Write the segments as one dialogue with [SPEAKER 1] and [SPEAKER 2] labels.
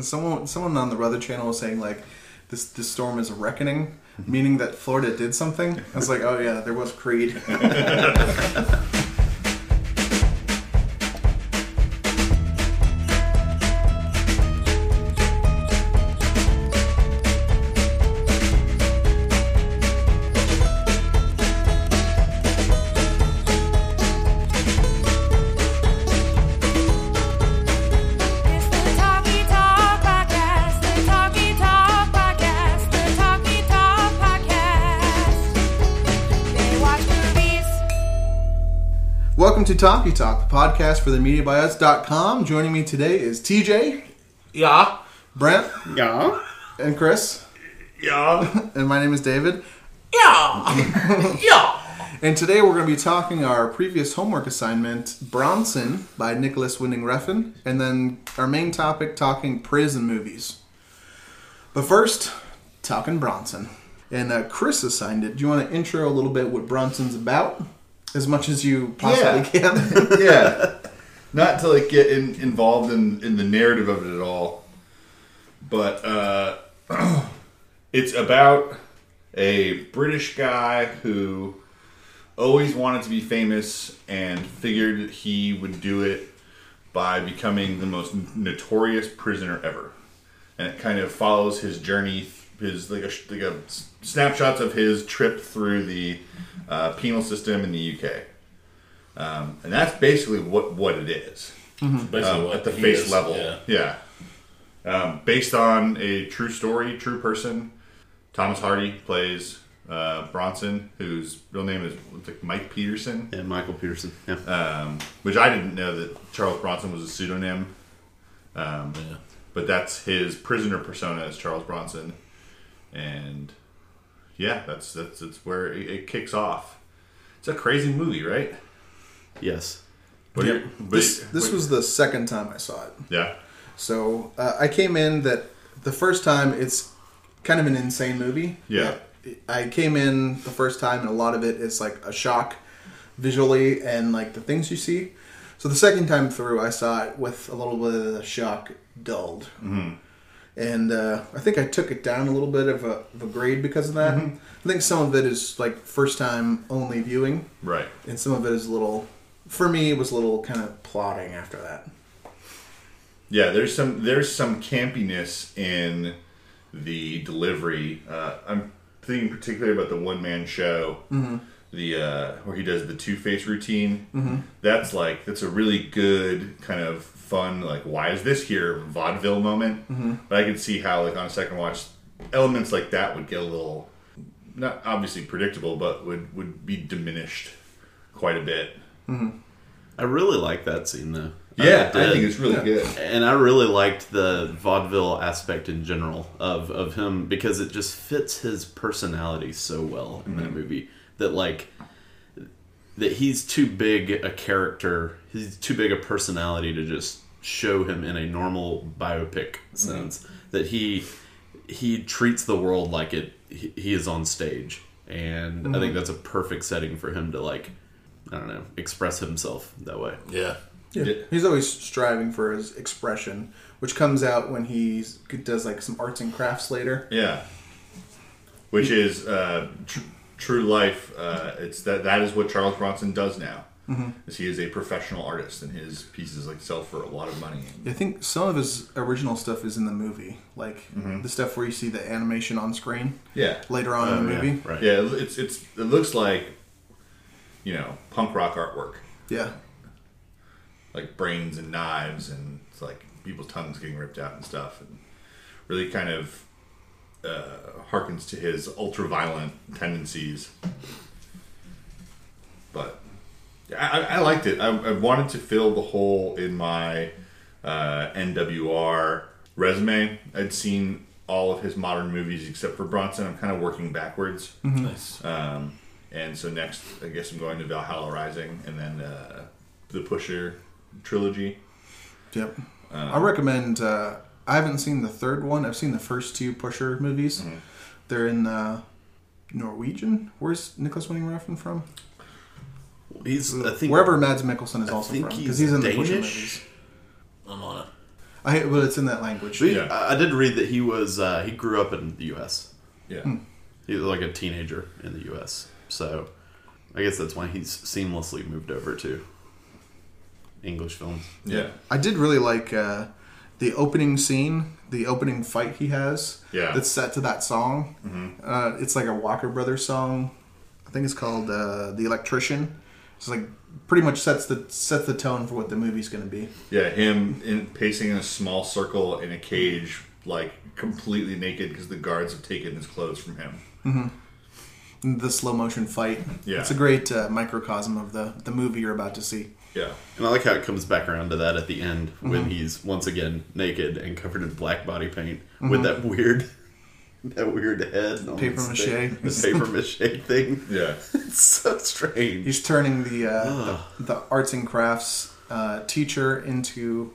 [SPEAKER 1] someone someone on the Weather Channel was saying like this this storm is a reckoning, meaning that Florida did something. I was like, oh yeah, there was Creed.
[SPEAKER 2] It's the Talkie Talk Podcast. The Talkie Talk Podcast. The Talkie Talk Podcast. They watch movies.
[SPEAKER 1] Welcome to Talkie Talk, the podcast for the MediaBuyUs.com. Joining me today is TJ,
[SPEAKER 3] Yeah.
[SPEAKER 1] Brent,
[SPEAKER 4] Yeah.
[SPEAKER 1] and Chris,
[SPEAKER 3] Yeah.
[SPEAKER 1] and my name is David.
[SPEAKER 3] Yeah. yeah.
[SPEAKER 1] And today we're going to be talking our previous homework assignment, Bronson by Nicholas Winding Refn, and then our main topic, talking prison movies. But first, talking Bronson. And uh, Chris assigned it. Do you want to intro a little bit what Bronson's about? As much as you possibly can.
[SPEAKER 4] yeah. Not to like get in, involved in, in the narrative of it at all, but uh, it's about a British guy who always wanted to be famous and figured he would do it by becoming the most notorious prisoner ever. And it kind of follows his journey, his like a, like a s- snapshots of his trip through the uh, penal system in the UK. Um, and that's basically what what it is, um,
[SPEAKER 3] Basically,
[SPEAKER 4] at the face level. Yeah. Um, based on a true story, true person. Thomas Hardy plays uh, Bronson, whose real name is it's like Mike Peterson, Um,
[SPEAKER 5] And Michael Peterson. Yeah.
[SPEAKER 4] which I didn't know that Charles Bronson was a pseudonym, Um, but that's his prisoner persona as Charles Bronson, and yeah, that's that's that's where it, it kicks off. It's a crazy movie, right?
[SPEAKER 5] yes.
[SPEAKER 4] What are
[SPEAKER 5] Yep.
[SPEAKER 4] your- what are
[SPEAKER 1] this
[SPEAKER 4] your-
[SPEAKER 1] this
[SPEAKER 4] what-
[SPEAKER 1] was the second time I saw it.
[SPEAKER 4] yeah.
[SPEAKER 1] So uh, I came in that the first time it's kind of an insane movie.
[SPEAKER 4] Yeah.
[SPEAKER 1] I came in the first time and a lot of it is like a shock visually and like the things you see. So the second time through I saw it with a little bit of the shock dulled. And uh, I think I took it down a little bit of a, of a grade because of that. I think some of it is like first time only viewing,
[SPEAKER 4] Right.
[SPEAKER 1] and some of it is a little, for me, it was a little kind of plotting after that.
[SPEAKER 4] Yeah, there's some there's some campiness in the delivery. Uh, I'm thinking particularly about the one man show, the uh, where he does the Two Face routine. That's like that's a really good kind of fun like why is this here vaudeville moment. But I can see how like on a second watch, elements like that would get a little not obviously predictable, but would would be diminished quite a bit.
[SPEAKER 5] I really like that scene though.
[SPEAKER 4] Yeah, I,
[SPEAKER 5] did.
[SPEAKER 4] think it's really good.
[SPEAKER 5] and I really liked the vaudeville aspect in general of, of him because it just fits his personality so well in that movie that like that he's too big a character, he's too big a personality to just show him in a normal biopic sense. That he he treats the world like it he, he is on stage, and I think that's a perfect setting for him to like I don't know express himself that way.
[SPEAKER 3] Yeah.
[SPEAKER 1] Yeah. He's always striving for his expression, which comes out when he does like some arts and crafts later.
[SPEAKER 4] Yeah. Which is uh, tr- true life. Uh, it's that that is what Charles Bronson does now. Is he is a professional artist, and his pieces like sell for a lot of money.
[SPEAKER 1] I think some of his original stuff is in the movie, like
[SPEAKER 5] Mm-hmm.
[SPEAKER 1] the stuff where you see the animation on screen
[SPEAKER 4] Yeah,
[SPEAKER 1] later
[SPEAKER 6] Oh,
[SPEAKER 1] on in the movie.
[SPEAKER 5] Oh, right.
[SPEAKER 4] yeah. it- It's it's it looks like you know punk rock artwork,
[SPEAKER 1] Yeah.
[SPEAKER 4] like brains and knives, and it's like people's tongues getting ripped out and stuff, and really kind of uh, harkens to his ultra violent tendencies. but I, I- I liked it. I, I wanted to fill the hole in my uh, NWR resume. I'd seen all of his modern movies except for Bronson. I'm kind of working backwards.
[SPEAKER 3] Nice.
[SPEAKER 4] Um, and so next, I guess I'm going to Valhalla Rising and then uh, the Pusher trilogy.
[SPEAKER 1] Yep. I recommend. Uh, I haven't seen the third one. I've seen the first two Pusher movies.
[SPEAKER 5] Mm-hmm.
[SPEAKER 1] They're in uh, Norwegian. Where's Nicholas Winning Refn from?
[SPEAKER 5] He's I think
[SPEAKER 1] Wherever Mads Mikkelsen is also
[SPEAKER 5] think
[SPEAKER 1] from,
[SPEAKER 5] he's
[SPEAKER 1] because he's in the Pusher
[SPEAKER 5] Danish?
[SPEAKER 1] movies.
[SPEAKER 3] I'm on it.
[SPEAKER 1] I but it's in that language.
[SPEAKER 5] But
[SPEAKER 4] Yeah.
[SPEAKER 5] I, I did read that he was uh, he grew up in the U.S.
[SPEAKER 4] Yeah.
[SPEAKER 5] He was like a teenager in the U.S. So I guess that's why he's seamlessly moved over to English films.
[SPEAKER 4] Yeah.
[SPEAKER 1] I did really like uh, the opening scene, the opening fight he has.
[SPEAKER 4] Yeah. Mm-hmm.
[SPEAKER 1] That's set to that song. Uh, it's like a Walker Brothers song. I think it's called uh, "The Electrician." It's like pretty much sets the sets the tone for what the movie's going to be.
[SPEAKER 4] Yeah, him in, pacing in a small circle in a cage, like completely naked because the guards have taken his clothes from him.
[SPEAKER 1] The slow motion fight.
[SPEAKER 4] Yeah.
[SPEAKER 1] It's a great uh, microcosm of the the movie you're about to see.
[SPEAKER 4] Yeah.
[SPEAKER 5] And I like how it comes back around to that at the end
[SPEAKER 1] Mm-hmm.
[SPEAKER 5] when he's once again naked and covered in black body paint with that weird, that weird head, on
[SPEAKER 1] Mm-hmm. Paper
[SPEAKER 5] his
[SPEAKER 1] mache.
[SPEAKER 5] thing, the paper mache thing.
[SPEAKER 4] Yeah.
[SPEAKER 5] It's so strange.
[SPEAKER 1] He's turning the uh,
[SPEAKER 4] Ah.
[SPEAKER 1] the, the arts and crafts uh, teacher into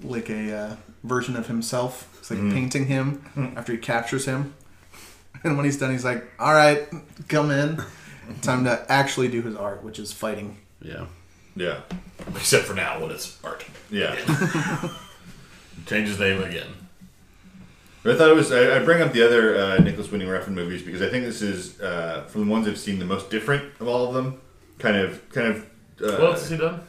[SPEAKER 1] like a uh, version of himself. It's like
[SPEAKER 4] Mm.
[SPEAKER 1] painting him after he captures him, and when he's done, he's like, "All right, come in. Time to actually do his art, which is fighting."
[SPEAKER 5] Yeah.
[SPEAKER 4] Yeah.
[SPEAKER 6] Except for now, when it's art.
[SPEAKER 4] Yeah.
[SPEAKER 6] Change his name again.
[SPEAKER 4] But I thought it was. I, I bring up the other uh, Nicholas Winning Refn movies because I think this is uh, from the ones I've seen the most different of all of them. Kind of, kind of. Uh,
[SPEAKER 6] What else has he done?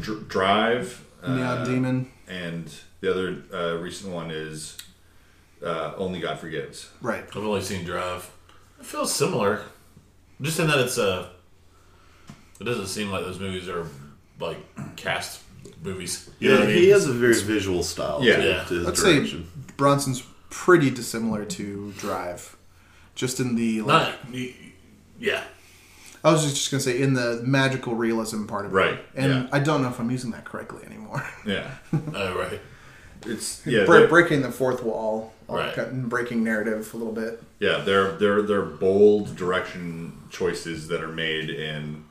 [SPEAKER 4] Dr- Drive. Uh,
[SPEAKER 1] Neon Demon,
[SPEAKER 4] And the other uh, recent one is uh, Only God Forgives.
[SPEAKER 1] right?
[SPEAKER 6] I've only seen Drive. It feels similar, just in that it's Uh, it doesn't seem like those movies are like cast movies. You know
[SPEAKER 5] Yeah,
[SPEAKER 6] what I mean?
[SPEAKER 5] he has a very visual style.
[SPEAKER 4] Yeah.
[SPEAKER 5] to-
[SPEAKER 6] Yeah.
[SPEAKER 5] to his
[SPEAKER 1] Let's
[SPEAKER 5] direction.
[SPEAKER 1] say Bronson's pretty dissimilar to Drive, just in the like,
[SPEAKER 6] Not. Yeah.
[SPEAKER 1] I was just gonna say in the magical realism part of it,
[SPEAKER 4] Right,
[SPEAKER 1] And
[SPEAKER 4] yeah.
[SPEAKER 1] I don't know if I'm using that correctly anymore.
[SPEAKER 4] Yeah.
[SPEAKER 6] Oh right.
[SPEAKER 4] It's yeah.
[SPEAKER 1] Bre-
[SPEAKER 4] they're-
[SPEAKER 1] breaking the fourth wall, all
[SPEAKER 6] Right.
[SPEAKER 1] cut and breaking narrative a little bit.
[SPEAKER 4] Yeah, they're they're they're bold direction choices that are made in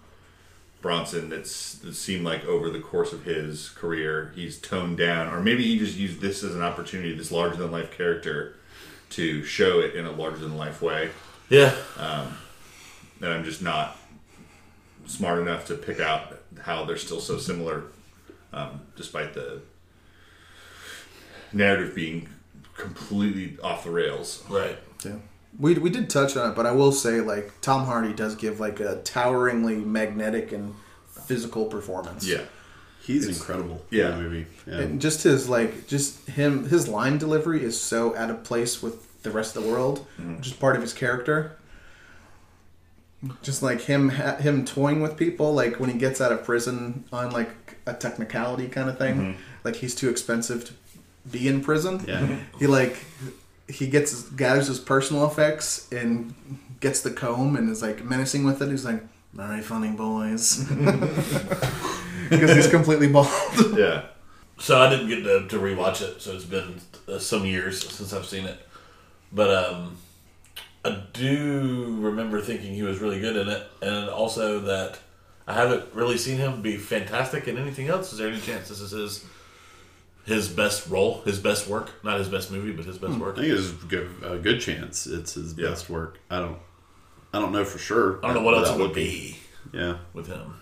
[SPEAKER 4] Bronson that's that seem like over the course of his career he's toned down or maybe he just used this as an opportunity, this larger than life character to show it in a larger than life way.
[SPEAKER 6] Yeah.
[SPEAKER 4] And I'm just not smart enough to pick out how they're still so similar um, despite the narrative being completely off the rails.
[SPEAKER 6] Right.
[SPEAKER 1] Yeah. We, we did touch on it, but I will say like Tom Hardy does give like a toweringly magnetic and physical performance.
[SPEAKER 4] Yeah.
[SPEAKER 5] he's incredible.
[SPEAKER 4] yeah.
[SPEAKER 5] in the movie. Yeah.
[SPEAKER 1] And just his like just him his line delivery is so out of place with the rest of the world,
[SPEAKER 5] Mm.
[SPEAKER 1] which is part of his character. Just like him ha- him toying with people like when he gets out of prison on like a technicality kind of thing, like he's too expensive to be in prison.
[SPEAKER 5] Mm-hmm. Yeah.
[SPEAKER 1] He like he gets his, gathers his personal effects and gets the comb and is like menacing with it. He's like, "All right, funny boys," because he's completely bald.
[SPEAKER 4] Yeah.
[SPEAKER 6] So I didn't get to, to rewatch it. So it's been uh, some years since I've seen it, but um, I do remember thinking he was really good in it, and also that I haven't really seen him be fantastic in anything else. Is there any chance this is his his best role, his best work, not his best movie, but his best work?
[SPEAKER 5] I think it's a good, a good chance it's his
[SPEAKER 4] Yeah.
[SPEAKER 5] best work. I don't, I don't know for sure.
[SPEAKER 6] I don't know what else
[SPEAKER 5] Without
[SPEAKER 6] it would
[SPEAKER 5] looking.
[SPEAKER 6] be
[SPEAKER 5] Yeah,
[SPEAKER 6] with him.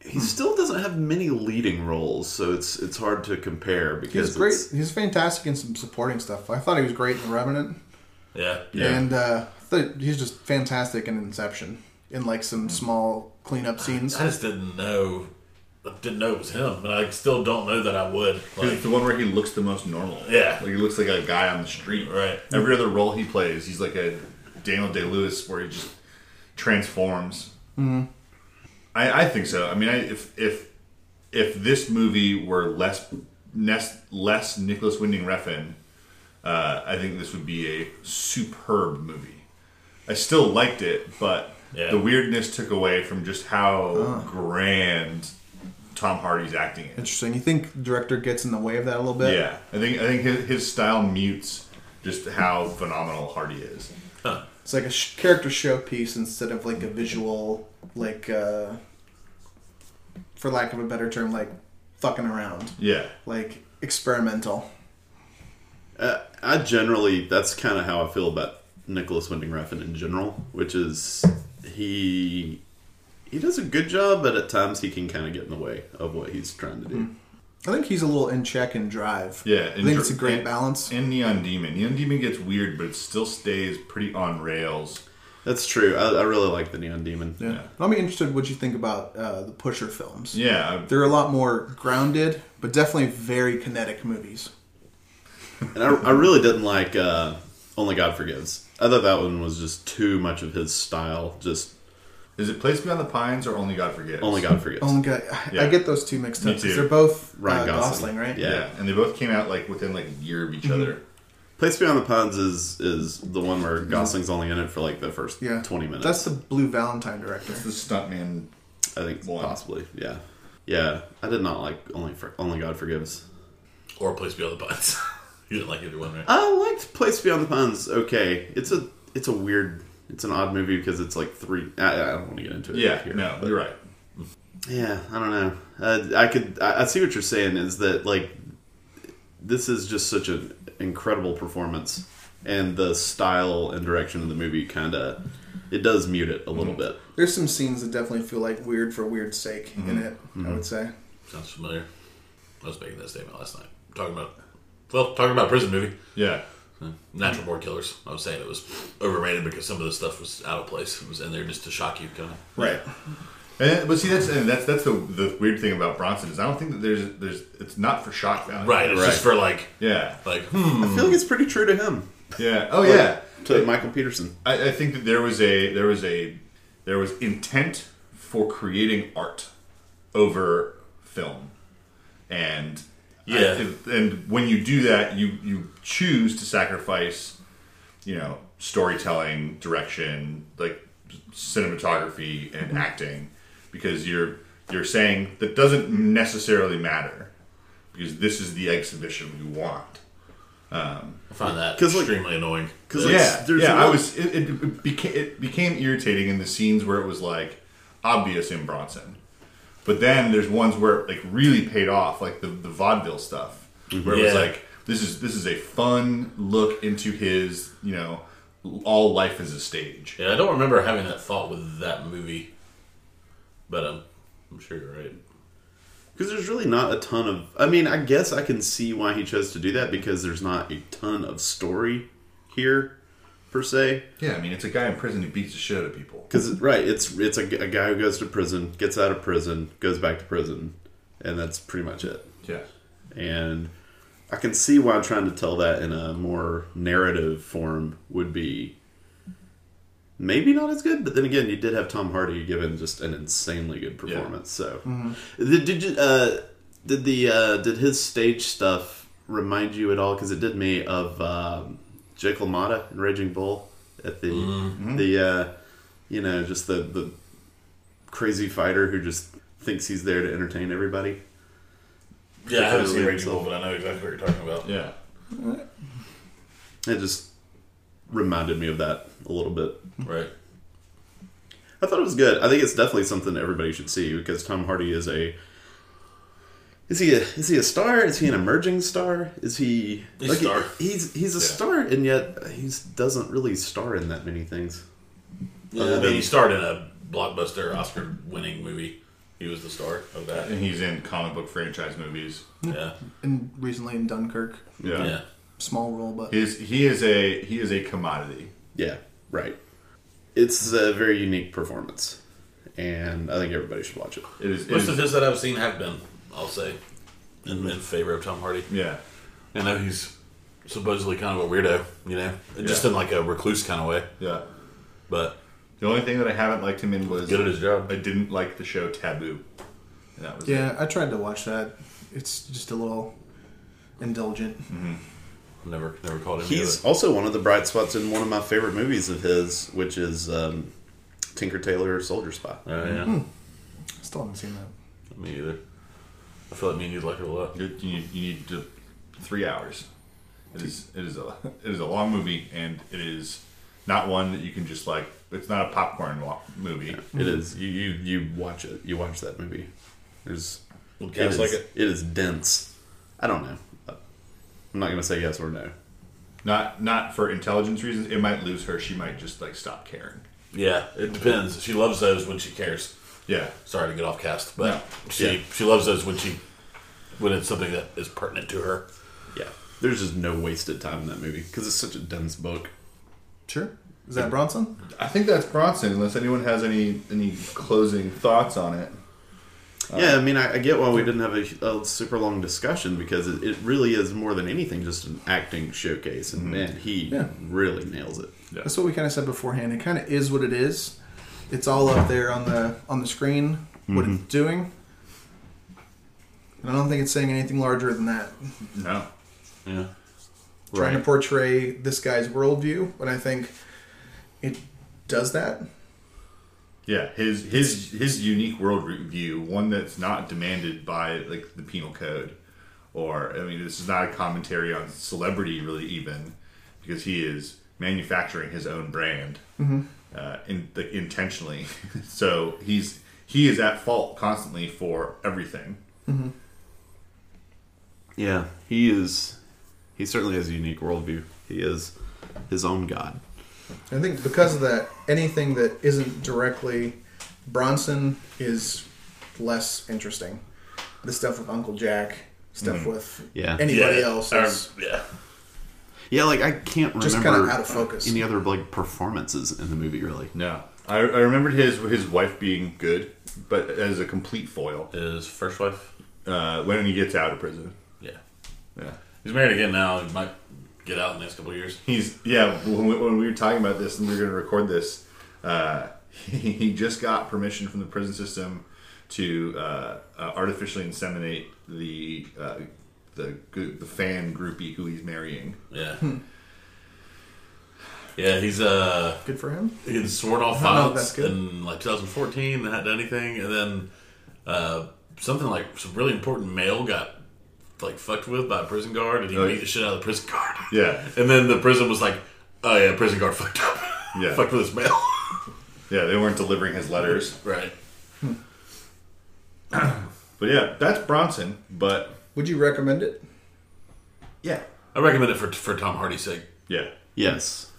[SPEAKER 5] he still doesn't have many leading roles, so it's it's hard to compare because
[SPEAKER 1] He's great.
[SPEAKER 5] it's-
[SPEAKER 1] He's fantastic in some supporting stuff. I thought he was great in The Revenant,
[SPEAKER 6] Yeah,
[SPEAKER 4] Yeah.
[SPEAKER 1] and uh, I thought he's just fantastic in Inception. In like
[SPEAKER 4] Mm.
[SPEAKER 1] some small cleanup scenes.
[SPEAKER 6] I just didn't know. I didn't know it was him, and I still don't know that I would.
[SPEAKER 4] Because
[SPEAKER 6] Like,
[SPEAKER 4] it's the one where he looks the most normal.
[SPEAKER 6] Yeah.
[SPEAKER 4] Like he looks like a guy on the street.
[SPEAKER 6] Right.
[SPEAKER 4] Every other role he plays, he's like a Daniel Day Lewis where he just transforms. I, I think so. I mean, I, if if if this movie were less less, less Nicholas Winding Refn, uh, I think this would be a superb movie. I still liked it, but
[SPEAKER 6] Yeah.
[SPEAKER 4] the weirdness took away from just how grand Tom Hardy's acting is.
[SPEAKER 1] Interesting. You think the director gets in the way of that a little bit?
[SPEAKER 4] Yeah, I think I think his, his style mutes just how phenomenal Hardy is.
[SPEAKER 1] It's like a sh- character showpiece instead of like a visual, like, uh, for lack of a better term, like fucking around,
[SPEAKER 4] Yeah,
[SPEAKER 1] like experimental.
[SPEAKER 5] Uh, I generally that's kind of how I feel about Nicholas Winding Refn in general, which is
[SPEAKER 6] Hmm.
[SPEAKER 5] he he does a good job, but at times he can kind of get in the way of what he's trying to do.
[SPEAKER 1] I think he's a little in check and drive.
[SPEAKER 4] Yeah,
[SPEAKER 1] I think it's a great
[SPEAKER 4] and-
[SPEAKER 1] balance.
[SPEAKER 4] And Neon Demon. Neon Demon gets weird, but it still stays pretty on rails.
[SPEAKER 5] That's true. I, I really like the Neon Demon.
[SPEAKER 1] yeah. I'll be interested what you think about uh, the Pusher films.
[SPEAKER 4] Yeah,
[SPEAKER 1] They're a lot more grounded, but definitely very kinetic movies.
[SPEAKER 5] And I, I really didn't like uh, Only God Forgives. I thought that one was just too much of his style. Just
[SPEAKER 4] is it Place Beyond the Pines or Only God Forgives?
[SPEAKER 5] Only God Forgives.
[SPEAKER 1] Only guy, I- I
[SPEAKER 4] Yeah.
[SPEAKER 1] get those two mixed
[SPEAKER 4] Me
[SPEAKER 1] up because
[SPEAKER 4] too.
[SPEAKER 1] they're both
[SPEAKER 5] Ryan
[SPEAKER 1] uh, Gosling,
[SPEAKER 5] Gosling.
[SPEAKER 1] right?
[SPEAKER 5] Yeah.
[SPEAKER 4] Yeah. and they both came out like within like a year of each other.
[SPEAKER 5] Place Beyond the Pines is is the one where Gosling's only in it for like the first
[SPEAKER 1] Mm-hmm. Yeah.
[SPEAKER 5] twenty minutes.
[SPEAKER 1] That's the Blue Valentine director.
[SPEAKER 4] The stuntman.
[SPEAKER 5] I think
[SPEAKER 4] one.
[SPEAKER 5] possibly. Yeah, yeah. I did not like Only for, Only God Forgives.
[SPEAKER 6] Or Place Beyond the Pines. you didn't like either one, right?
[SPEAKER 5] I liked Place Beyond the Pines. Okay, it's a it's a weird. It's an odd movie because it's like three. I, I don't want to get into it.
[SPEAKER 4] Yeah,
[SPEAKER 5] here,
[SPEAKER 4] no,
[SPEAKER 5] but-
[SPEAKER 4] you're right.
[SPEAKER 5] Yeah, I don't know. Uh, I could. I, I see what you're saying. Is that like this is just such an incredible performance, and the style and direction of the movie kind of it does mute it a little bit.
[SPEAKER 1] There's some scenes that definitely feel like weird for weird's sake in it.
[SPEAKER 5] Mm-hmm.
[SPEAKER 1] I would say.
[SPEAKER 6] Sounds familiar. I was making that statement last night. Talking about, well, talking about a prison movie.
[SPEAKER 4] Yeah,
[SPEAKER 6] Natural Born Killers. I was saying it was overrated because some of the stuff was out of place. It was in there just to shock you, kind of.
[SPEAKER 4] right. And, but see, that's and that's that's the the weird thing about Bronson is I don't think that there's there's it's not for shock value.
[SPEAKER 6] Right. It's just for like,
[SPEAKER 4] Yeah.
[SPEAKER 6] like, hmm.
[SPEAKER 5] I feel like it's pretty true to him,
[SPEAKER 4] Yeah. Oh yeah.
[SPEAKER 5] to Michael Peterson.
[SPEAKER 4] I, I think that there was a there was a there was intent for creating art over film, and I-
[SPEAKER 6] Yeah.
[SPEAKER 4] and when you do that, you you choose to sacrifice, you know, storytelling, direction, like cinematography and acting, because you're you're saying that doesn't necessarily matter, because this is the exhibition we want.
[SPEAKER 6] I find that
[SPEAKER 5] 'Cause, like-
[SPEAKER 6] extremely annoying.
[SPEAKER 5] 'Cause,
[SPEAKER 6] That-
[SPEAKER 5] like,
[SPEAKER 4] yeah,
[SPEAKER 5] there's
[SPEAKER 4] yeah.
[SPEAKER 5] a lot-
[SPEAKER 4] I was it, it, it became it became irritating in the scenes where it was like obvious in Bronson, but then there's ones where it like really paid off, like the the vaudeville stuff, where it was
[SPEAKER 6] Yeah.
[SPEAKER 4] like this is this is a fun look into his you know all life is a stage.
[SPEAKER 6] yeah, I don't remember having that thought with that movie, but um, I'm sure you're right.
[SPEAKER 5] Because there's really not a ton of. I mean, I guess I can see why he chose to do that because there's not a ton of story here, per se.
[SPEAKER 4] Yeah, I mean it's a guy in prison who beats the shit out of people.
[SPEAKER 5] Because right, it's it's a, g- a guy who goes to prison, gets out of prison, goes back to prison, and that's pretty much it.
[SPEAKER 4] Yeah,
[SPEAKER 5] And I can see why trying to tell that in a more narrative form would be maybe not as good. But then again, you did have Tom Hardy given just an insanely good performance. So did, did you, uh, did the uh, did his stage stuff remind you at all? Because it did me of um, Jake LaMotta in Raging Bull at the the uh, you know just the the crazy fighter who just thinks he's there to entertain everybody.
[SPEAKER 6] Yeah, I haven't seen
[SPEAKER 5] Totally
[SPEAKER 6] Raging Bull, but I know exactly what you're talking about.
[SPEAKER 4] yeah.
[SPEAKER 5] It just reminded me of that a little bit.
[SPEAKER 6] Right.
[SPEAKER 5] I thought it was good. I think it's definitely something everybody should see because Tom Hardy is a is he a is he a star? Is he an emerging star? Is he
[SPEAKER 6] He's a star.
[SPEAKER 5] He's he's a star, and yet he doesn't really star in that many things.
[SPEAKER 6] Yeah, I mean, he starred in a blockbuster Oscar-winning movie. He was the star of that.
[SPEAKER 4] And he's in comic book franchise movies.
[SPEAKER 6] Yeah.
[SPEAKER 1] And recently in Dunkirk,
[SPEAKER 6] Yeah.
[SPEAKER 1] small role, but
[SPEAKER 4] He's, he is a he is a commodity.
[SPEAKER 5] Yeah, right. It's a very unique performance, and I think everybody should watch it.
[SPEAKER 4] It is, it
[SPEAKER 6] Most of
[SPEAKER 4] is
[SPEAKER 6] his that I've seen have been, I'll say, in, in favor of Tom Hardy.
[SPEAKER 4] yeah.
[SPEAKER 6] I know he's supposedly kind of a weirdo, you know, just
[SPEAKER 4] Yeah.
[SPEAKER 6] in like a recluse kind of way,
[SPEAKER 4] Yeah.
[SPEAKER 6] but
[SPEAKER 4] The only thing that I haven't liked him in was
[SPEAKER 6] good at his job.
[SPEAKER 4] I didn't like the show Taboo. And that was it.
[SPEAKER 1] yeah, I tried to watch that. It's just a little indulgent.
[SPEAKER 6] Never, never called him.
[SPEAKER 5] He's
[SPEAKER 6] either.
[SPEAKER 5] also one of the bright spots in one of my favorite movies of his, which is um, Tinker Tailor Soldier Spy.
[SPEAKER 6] Uh, yeah,
[SPEAKER 1] Still haven't seen that.
[SPEAKER 6] me either. I feel like me and you like it a lot.
[SPEAKER 4] You, you, you need to three hours. It is it is a it is a long movie and it is not one that you can just like. It's not a popcorn wa- movie.
[SPEAKER 5] It is you, you you watch it. You watch that movie. There's
[SPEAKER 6] guys
[SPEAKER 5] is-
[SPEAKER 6] like it?
[SPEAKER 5] It is dense. I don't know. I'm not gonna say yes or no.
[SPEAKER 4] Not not for intelligence reasons. It might lose her. She might just like stop caring.
[SPEAKER 6] Yeah, it depends. She loves those when she cares.
[SPEAKER 4] Yeah.
[SPEAKER 6] Sorry to get off cast, but
[SPEAKER 4] No.
[SPEAKER 6] she
[SPEAKER 5] Yeah.
[SPEAKER 6] she loves those when she when it's something that is pertinent to her.
[SPEAKER 5] Yeah, there's just no wasted time in that movie because it's such a dense book.
[SPEAKER 1] Sure. Is that Bronson?
[SPEAKER 4] I think that's Bronson, unless anyone has any any closing thoughts on it.
[SPEAKER 5] yeah, I mean, I, I get why we didn't have a, a super long discussion because it, it really is more than anything just an acting showcase, and man, he
[SPEAKER 1] Yeah.
[SPEAKER 5] really nails it.
[SPEAKER 1] That's what we kind of said beforehand. It kind of is what it is. It's all up there on the on the screen what
[SPEAKER 5] Mm-hmm.
[SPEAKER 1] it's doing. And I don't think it's saying anything larger than that.
[SPEAKER 4] No.
[SPEAKER 5] Yeah,
[SPEAKER 1] Trying to
[SPEAKER 5] right.
[SPEAKER 1] portray this guy's worldview, but I think it does that.
[SPEAKER 4] Yeah, his his his unique world view, one that's not demanded by like the penal code, or I mean, this is not a commentary on celebrity really, even because he is manufacturing his own brand uh, in, like, intentionally. so he's he is at fault constantly for everything.
[SPEAKER 5] Yeah, he is. He certainly has a unique worldview. He is his own god.
[SPEAKER 1] I think because of that, anything that isn't directly Bronson is less interesting. The stuff with Uncle Jack, stuff with
[SPEAKER 5] Mm. Yeah.
[SPEAKER 1] anybody
[SPEAKER 6] Yeah, Um,
[SPEAKER 1] else
[SPEAKER 6] or-
[SPEAKER 1] is
[SPEAKER 6] yeah.
[SPEAKER 5] Yeah, like I can't remember
[SPEAKER 1] Just kinda out of focus.
[SPEAKER 5] any other like performances in the movie really.
[SPEAKER 4] No, I, I remembered his his wife being good, but as a complete foil
[SPEAKER 6] His first wife.
[SPEAKER 4] uh, when he gets out of prison.
[SPEAKER 6] Yeah.
[SPEAKER 4] Yeah.
[SPEAKER 6] He's married again now. He might get out in the next couple of years.
[SPEAKER 4] He's yeah. When we, when we were talking about this and we were going to record this, uh, he, just got permission from the prison system to uh, uh, artificially inseminate the uh, the gu- the fan groupie who he's marrying.
[SPEAKER 6] Yeah. Yeah, he's uh
[SPEAKER 1] good for him.
[SPEAKER 6] he had sworn off
[SPEAKER 1] don't know if
[SPEAKER 6] violence
[SPEAKER 1] that's good.
[SPEAKER 6] in like 2014 and hadn't done anything, and then uh something like some really important mail got like fucked with by a prison guard, and he
[SPEAKER 4] Oh,
[SPEAKER 6] beat
[SPEAKER 4] yeah.
[SPEAKER 6] the shit out of the prison guard.
[SPEAKER 4] Yeah.
[SPEAKER 6] and then the prison was like, "Oh yeah, prison guard fucked up.
[SPEAKER 4] Yeah.
[SPEAKER 6] fucked with his mail."
[SPEAKER 4] Yeah, they weren't delivering his letters.
[SPEAKER 6] right.
[SPEAKER 4] But yeah, that's Bronson. But
[SPEAKER 1] Would you recommend it?
[SPEAKER 4] yeah,
[SPEAKER 6] I recommend it for for Tom Hardy's sake.
[SPEAKER 4] yeah.
[SPEAKER 5] Yes.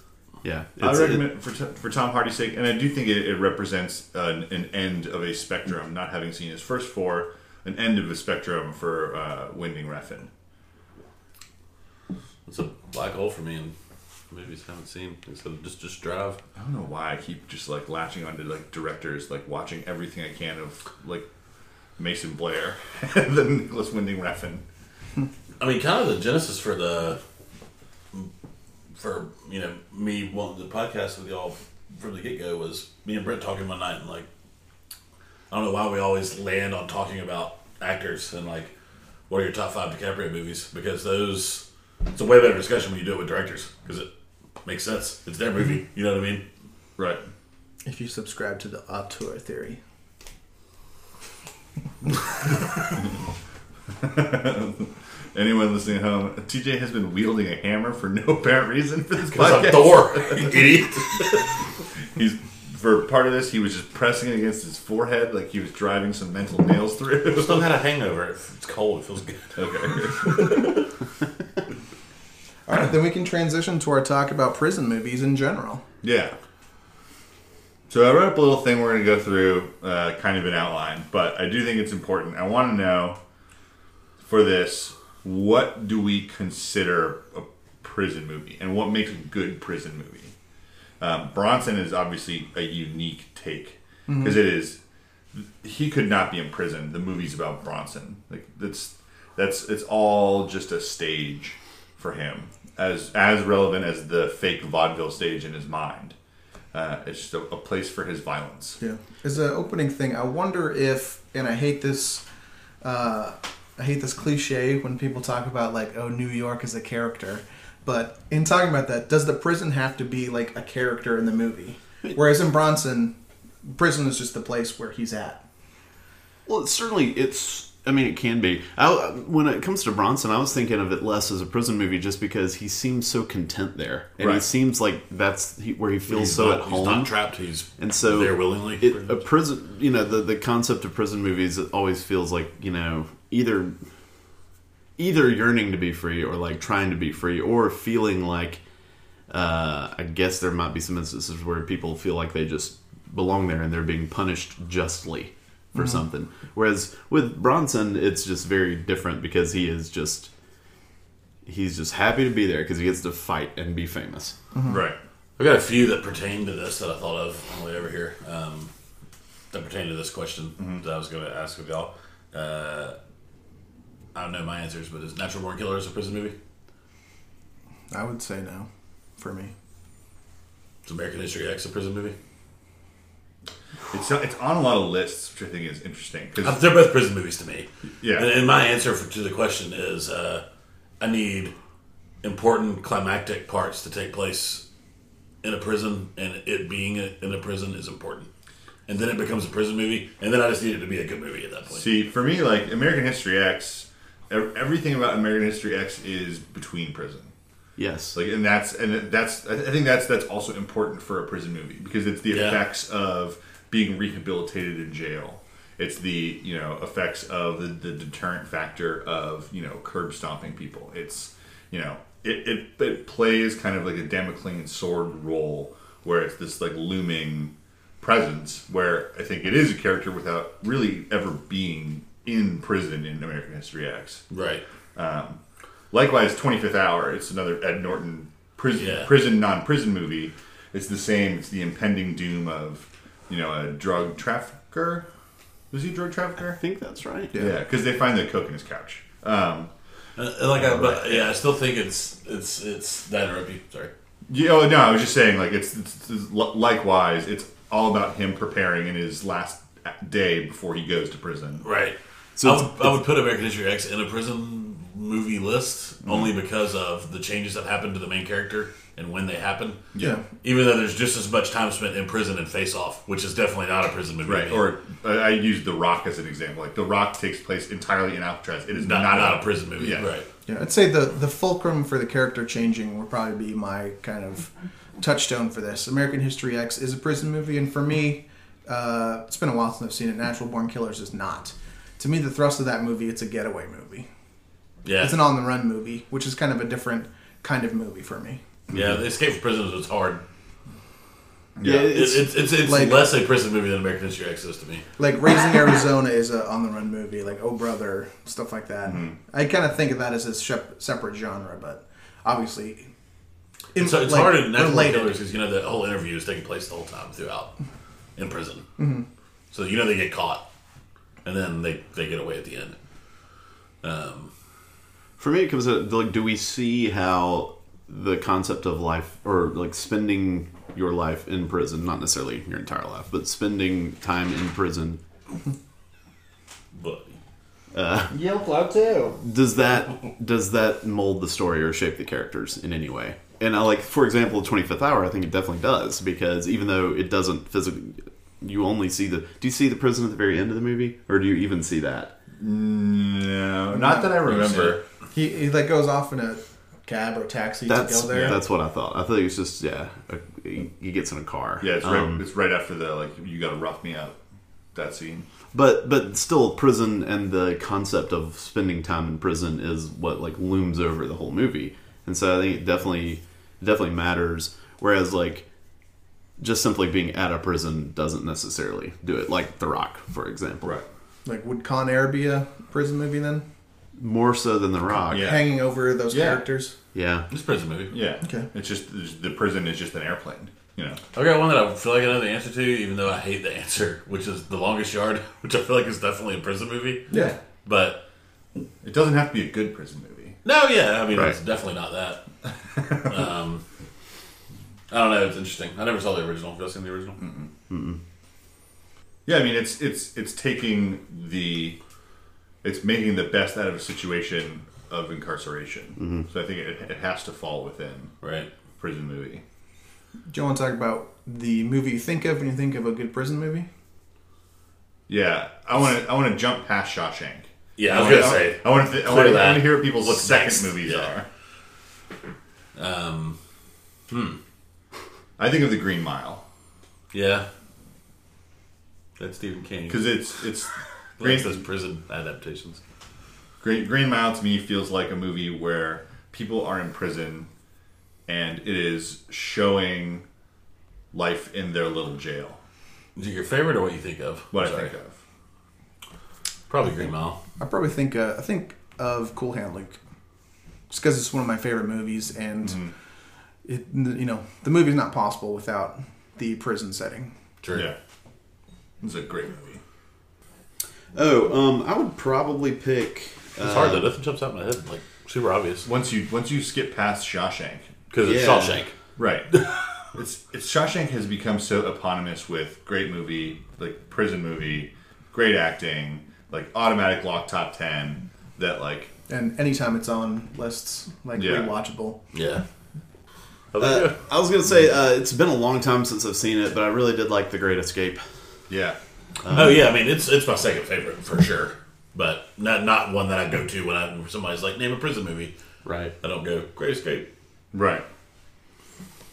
[SPEAKER 5] Yeah.
[SPEAKER 4] I
[SPEAKER 5] It's-
[SPEAKER 4] recommend it for, T- for Tom Hardy's sake, and I do think it, it represents an, an end of a spectrum. Not having seen his first four, an end of a spectrum for uh, Winding Refn.
[SPEAKER 6] It's a black hole for me in movies I haven't seen. Except just just drive.
[SPEAKER 4] I don't know why I keep just like latching onto like directors, like watching everything I can of like Mason Blair and then Nicholas Winding Refn.
[SPEAKER 6] I mean, kind of the genesis for the for you know me wanting the podcast with y'all from the get go was me and Brent talking one night and like I don't know why we always land on talking about actors and like what are your top five DiCaprio movies because those it's a way better discussion when you do it with directors because it makes sense. It's their movie, you know what I mean?
[SPEAKER 4] Right.
[SPEAKER 1] If you subscribe to the auteur theory.
[SPEAKER 4] Anyone listening at home, TJ has been wielding a hammer for no apparent reason for this
[SPEAKER 6] Because I'm
[SPEAKER 4] podcast.
[SPEAKER 6] Thor, idiot.
[SPEAKER 4] He's for part of this, he was just pressing it against his forehead like he was driving some mental nails through.
[SPEAKER 6] Still had a hangover. It's cold. It feels good.
[SPEAKER 4] okay.
[SPEAKER 1] All right, then we can transition to our talk about prison movies in general.
[SPEAKER 4] Yeah. So I wrote up a little thing we're going to go through, uh, kind of an outline, but I do think it's important. I want to know for this what do we consider a prison movie and what makes a good prison movie? Um, Bronson is obviously a unique take because is he could not be in prison. The movie's about Bronson. Like that's that's it's all just a stage for him, as as relevant as the fake vaudeville stage in his mind. Uh, it's just a, a place for his violence.
[SPEAKER 1] Yeah. As an opening thing, I wonder if, and I hate this, uh, I hate this cliche when people talk about like, oh, New York is a character. But in talking about that, does the prison have to be like a character in the movie? Whereas in Bronson, prison is just the place where he's at.
[SPEAKER 5] Well, it's certainly it's. I mean, it can be. I, when it comes to Bronson, I was thinking of it less as a prison movie, just because he seems so content there, and he
[SPEAKER 4] Right.
[SPEAKER 5] seems like that's he, where he feels so
[SPEAKER 6] not,
[SPEAKER 5] at
[SPEAKER 6] He's
[SPEAKER 5] home.
[SPEAKER 6] not trapped. He's
[SPEAKER 5] and so
[SPEAKER 6] there willingly. pretty
[SPEAKER 5] It, a
[SPEAKER 6] much.
[SPEAKER 5] prison, you know, the the concept of prison movies always feels like you know either either yearning to be free or like trying to be free or feeling like uh, I guess there might be some instances where people feel like they just belong there and they're being punished justly for something. Whereas with Bronson, it's just very different because he is just he's just happy to be there because he gets to fight and be famous.
[SPEAKER 4] Right.
[SPEAKER 6] I got a few that pertain to this that I thought of on the way over here. Um, that pertain to this question
[SPEAKER 4] Mm-hmm.
[SPEAKER 6] that I was going to ask of y'all. Uh, I don't know my answers, but is Natural Born Killers a prison movie?
[SPEAKER 1] I would say no, for me.
[SPEAKER 6] Is American History X a prison movie?
[SPEAKER 4] It's it's on a lot of lists, which I think is interesting. 'cause-
[SPEAKER 6] Uh, They're both prison movies to me.
[SPEAKER 4] Yeah.
[SPEAKER 6] And, and my answer for, to the question is uh, I need important climactic parts to take place in a prison, and it being in a prison is important. And then it becomes a prison movie, and then I just need it to be a good movie at that point.
[SPEAKER 4] See, for me, like American History X, ev- everything about American History X is between prison.
[SPEAKER 5] Yes,
[SPEAKER 4] Like, and that's and that's I I think that's that's also important for a prison movie because it's the
[SPEAKER 6] Yeah.
[SPEAKER 4] effects of being rehabilitated in jail. It's the you know effects of the, the deterrent factor of you know curb stomping people. It's you know it, it it plays kind of like a Damoclean sword role where it's this like looming presence where I think it is a character without really ever being in prison in American History X.
[SPEAKER 6] Right.
[SPEAKER 4] Likewise, 25th Hour. It's another Ed Norton prison,
[SPEAKER 6] Yeah.
[SPEAKER 4] prison non-prison movie. It's the same. It's the impending doom of, you know, a drug trafficker. Was he a drug
[SPEAKER 5] I
[SPEAKER 4] trafficker?
[SPEAKER 5] think that's right.
[SPEAKER 4] Yeah, because they find the coke in his couch. Um,
[SPEAKER 6] Uh, and like, I, but yeah, I still think it's it's it's that or Opie. Sorry.
[SPEAKER 4] yeah, oh, no, I was just saying, like, it's, it's, it's li- likewise. It's all about him preparing in his last day before he goes to prison.
[SPEAKER 6] Right.
[SPEAKER 5] So
[SPEAKER 6] So I
[SPEAKER 5] it's-
[SPEAKER 6] would, I would put American History X in a prison movie list only because of the changes that happen to the main character and when they happen.
[SPEAKER 1] Yeah.
[SPEAKER 6] Even though there's just as much time spent in prison and Face Off, which is definitely not a prison movie.
[SPEAKER 4] Right, or uh, I used The Rock as an example. Like, The Rock takes place entirely in Alcatraz. It is
[SPEAKER 6] not,
[SPEAKER 4] not,
[SPEAKER 6] not,
[SPEAKER 4] about
[SPEAKER 6] a prison movie.
[SPEAKER 4] Yeah.
[SPEAKER 6] Right.
[SPEAKER 1] Yeah, I'd say the the fulcrum for the character changing would probably be my kind of touchstone for this. American History X is a prison movie, and for me, uh, it's been a while since I've seen it. Natural Born Killers is not. To me, the thrust of that movie, it's a getaway movie.
[SPEAKER 6] Yeah.
[SPEAKER 1] It's an on the run movie, which is kind of a different kind of movie for me.
[SPEAKER 6] yeah. The Escape from Prison was hard.
[SPEAKER 5] Yeah,
[SPEAKER 6] It- It's it's, it's,
[SPEAKER 1] like-
[SPEAKER 6] less a prison movie than American History X is to me.
[SPEAKER 1] Like Raising Arizona is a on the run movie, like Oh Brother, stuff like that.
[SPEAKER 6] Mm-hmm.
[SPEAKER 1] I kind of think of that as a shep- separate genre, but obviously, in-
[SPEAKER 6] So it's
[SPEAKER 1] like,
[SPEAKER 6] hard in Natural Born
[SPEAKER 1] related.
[SPEAKER 6] Killers because you know the whole interview is taking place the whole time throughout in prison.
[SPEAKER 1] Mm-hmm.
[SPEAKER 6] So you know they get caught, and then they they get away at the end. Um,
[SPEAKER 5] For me, it comes out like, do we see how the concept of life or like spending your life in prison, not necessarily your entire life, but spending time in prison,
[SPEAKER 6] but
[SPEAKER 7] Yelp loud too.
[SPEAKER 5] does that does that mold the story or shape the characters in any way? And I like, for example, Twenty Fifth Hour. I think it definitely does because even though it doesn't physically, you only see the. Do you see the prison at the very end of the movie, or do you even see that?
[SPEAKER 4] No, not that I remember.
[SPEAKER 1] He, he like goes off in a cab or taxi
[SPEAKER 5] That's
[SPEAKER 1] to go there.
[SPEAKER 5] that's what I thought. I thought it was just yeah, a, he he gets in a car.
[SPEAKER 4] Yeah, it's right,
[SPEAKER 5] Um,
[SPEAKER 4] it's right after the like you gotta rough me up that scene.
[SPEAKER 5] But but still, prison and the concept of spending time in prison is what like looms over the whole movie, and so I think it definitely definitely matters. Whereas like just simply being at a prison doesn't necessarily do it. Like The Rock, for example,
[SPEAKER 1] Like, would Con Air be a prison movie then?
[SPEAKER 5] More so than The Rock.
[SPEAKER 4] Yeah.
[SPEAKER 1] Hanging over those
[SPEAKER 4] Yeah.
[SPEAKER 1] characters.
[SPEAKER 5] Yeah.
[SPEAKER 6] It's a prison movie.
[SPEAKER 4] Yeah.
[SPEAKER 1] Okay.
[SPEAKER 4] It's just the prison is just an airplane. You know.
[SPEAKER 6] I've got one that I feel like I know the answer to, even though I hate the answer, which is The Longest Yard, which I feel like is definitely a prison movie.
[SPEAKER 1] Yeah.
[SPEAKER 6] But
[SPEAKER 4] It doesn't have to be a good prison movie.
[SPEAKER 6] no, yeah, I mean,
[SPEAKER 5] Right.
[SPEAKER 6] it's definitely not that. um, I don't know. It's interesting. I never saw the original. Have you seen the original?
[SPEAKER 4] Yeah, I mean it's it's it's taking the it's making the best out of a situation of incarceration.
[SPEAKER 6] Mm-hmm.
[SPEAKER 4] So I think it, it has to fall within
[SPEAKER 6] Right.
[SPEAKER 4] prison movie.
[SPEAKER 1] Do you want to talk about the movie you think of when you think of a good prison movie?
[SPEAKER 4] Yeah, I want to I want to jump past Shawshank.
[SPEAKER 6] Yeah, I was
[SPEAKER 4] wanna-
[SPEAKER 6] gonna say.
[SPEAKER 4] I want to I
[SPEAKER 6] clear
[SPEAKER 4] want
[SPEAKER 6] that.
[SPEAKER 4] to hear what people's
[SPEAKER 6] What's
[SPEAKER 4] second
[SPEAKER 6] next?
[SPEAKER 4] movies
[SPEAKER 6] Yeah.
[SPEAKER 4] are.
[SPEAKER 6] Um,
[SPEAKER 4] I think of The Green Mile.
[SPEAKER 6] yeah. That's Stephen King.
[SPEAKER 4] because it's it's
[SPEAKER 6] Green
[SPEAKER 4] Green,
[SPEAKER 6] those prison adaptations.
[SPEAKER 4] Green Green Mile to me feels like a movie where people are in prison and it is showing life in their little jail.
[SPEAKER 6] Is it your favorite or what you think of?
[SPEAKER 4] What
[SPEAKER 6] Sorry.
[SPEAKER 4] I think of.
[SPEAKER 6] Probably Green Mile.
[SPEAKER 1] I probably think uh, I think of Cool Hand Luke, just because it's one of my favorite movies, and
[SPEAKER 4] Mm-hmm.
[SPEAKER 1] it you know the movie's not possible without the prison setting.
[SPEAKER 6] Sure.
[SPEAKER 4] Yeah. It's a great movie.
[SPEAKER 5] Oh, um, I would probably pick. uh,
[SPEAKER 6] It's hard though. Nothing jumps out in my head like super obvious
[SPEAKER 4] Once you once you skip past Shawshank,
[SPEAKER 6] because it's
[SPEAKER 5] Yeah.
[SPEAKER 6] Shawshank.
[SPEAKER 4] right? it's it's Shawshank has become so eponymous with great movie, like prison movie, great acting, like automatic lock top ten. That like
[SPEAKER 1] And anytime it's on lists, like
[SPEAKER 4] Yeah.
[SPEAKER 1] rewatchable.
[SPEAKER 6] Yeah.
[SPEAKER 5] Uh, I was gonna say uh, it's been a long time since I've seen it, but I really did like The Great Escape.
[SPEAKER 4] yeah,
[SPEAKER 6] oh yeah, I mean it's it's my second favorite for sure, but not not one that I go to when I, somebody's like name a prison movie.
[SPEAKER 5] Right.
[SPEAKER 6] I don't go Great Escape.
[SPEAKER 4] right.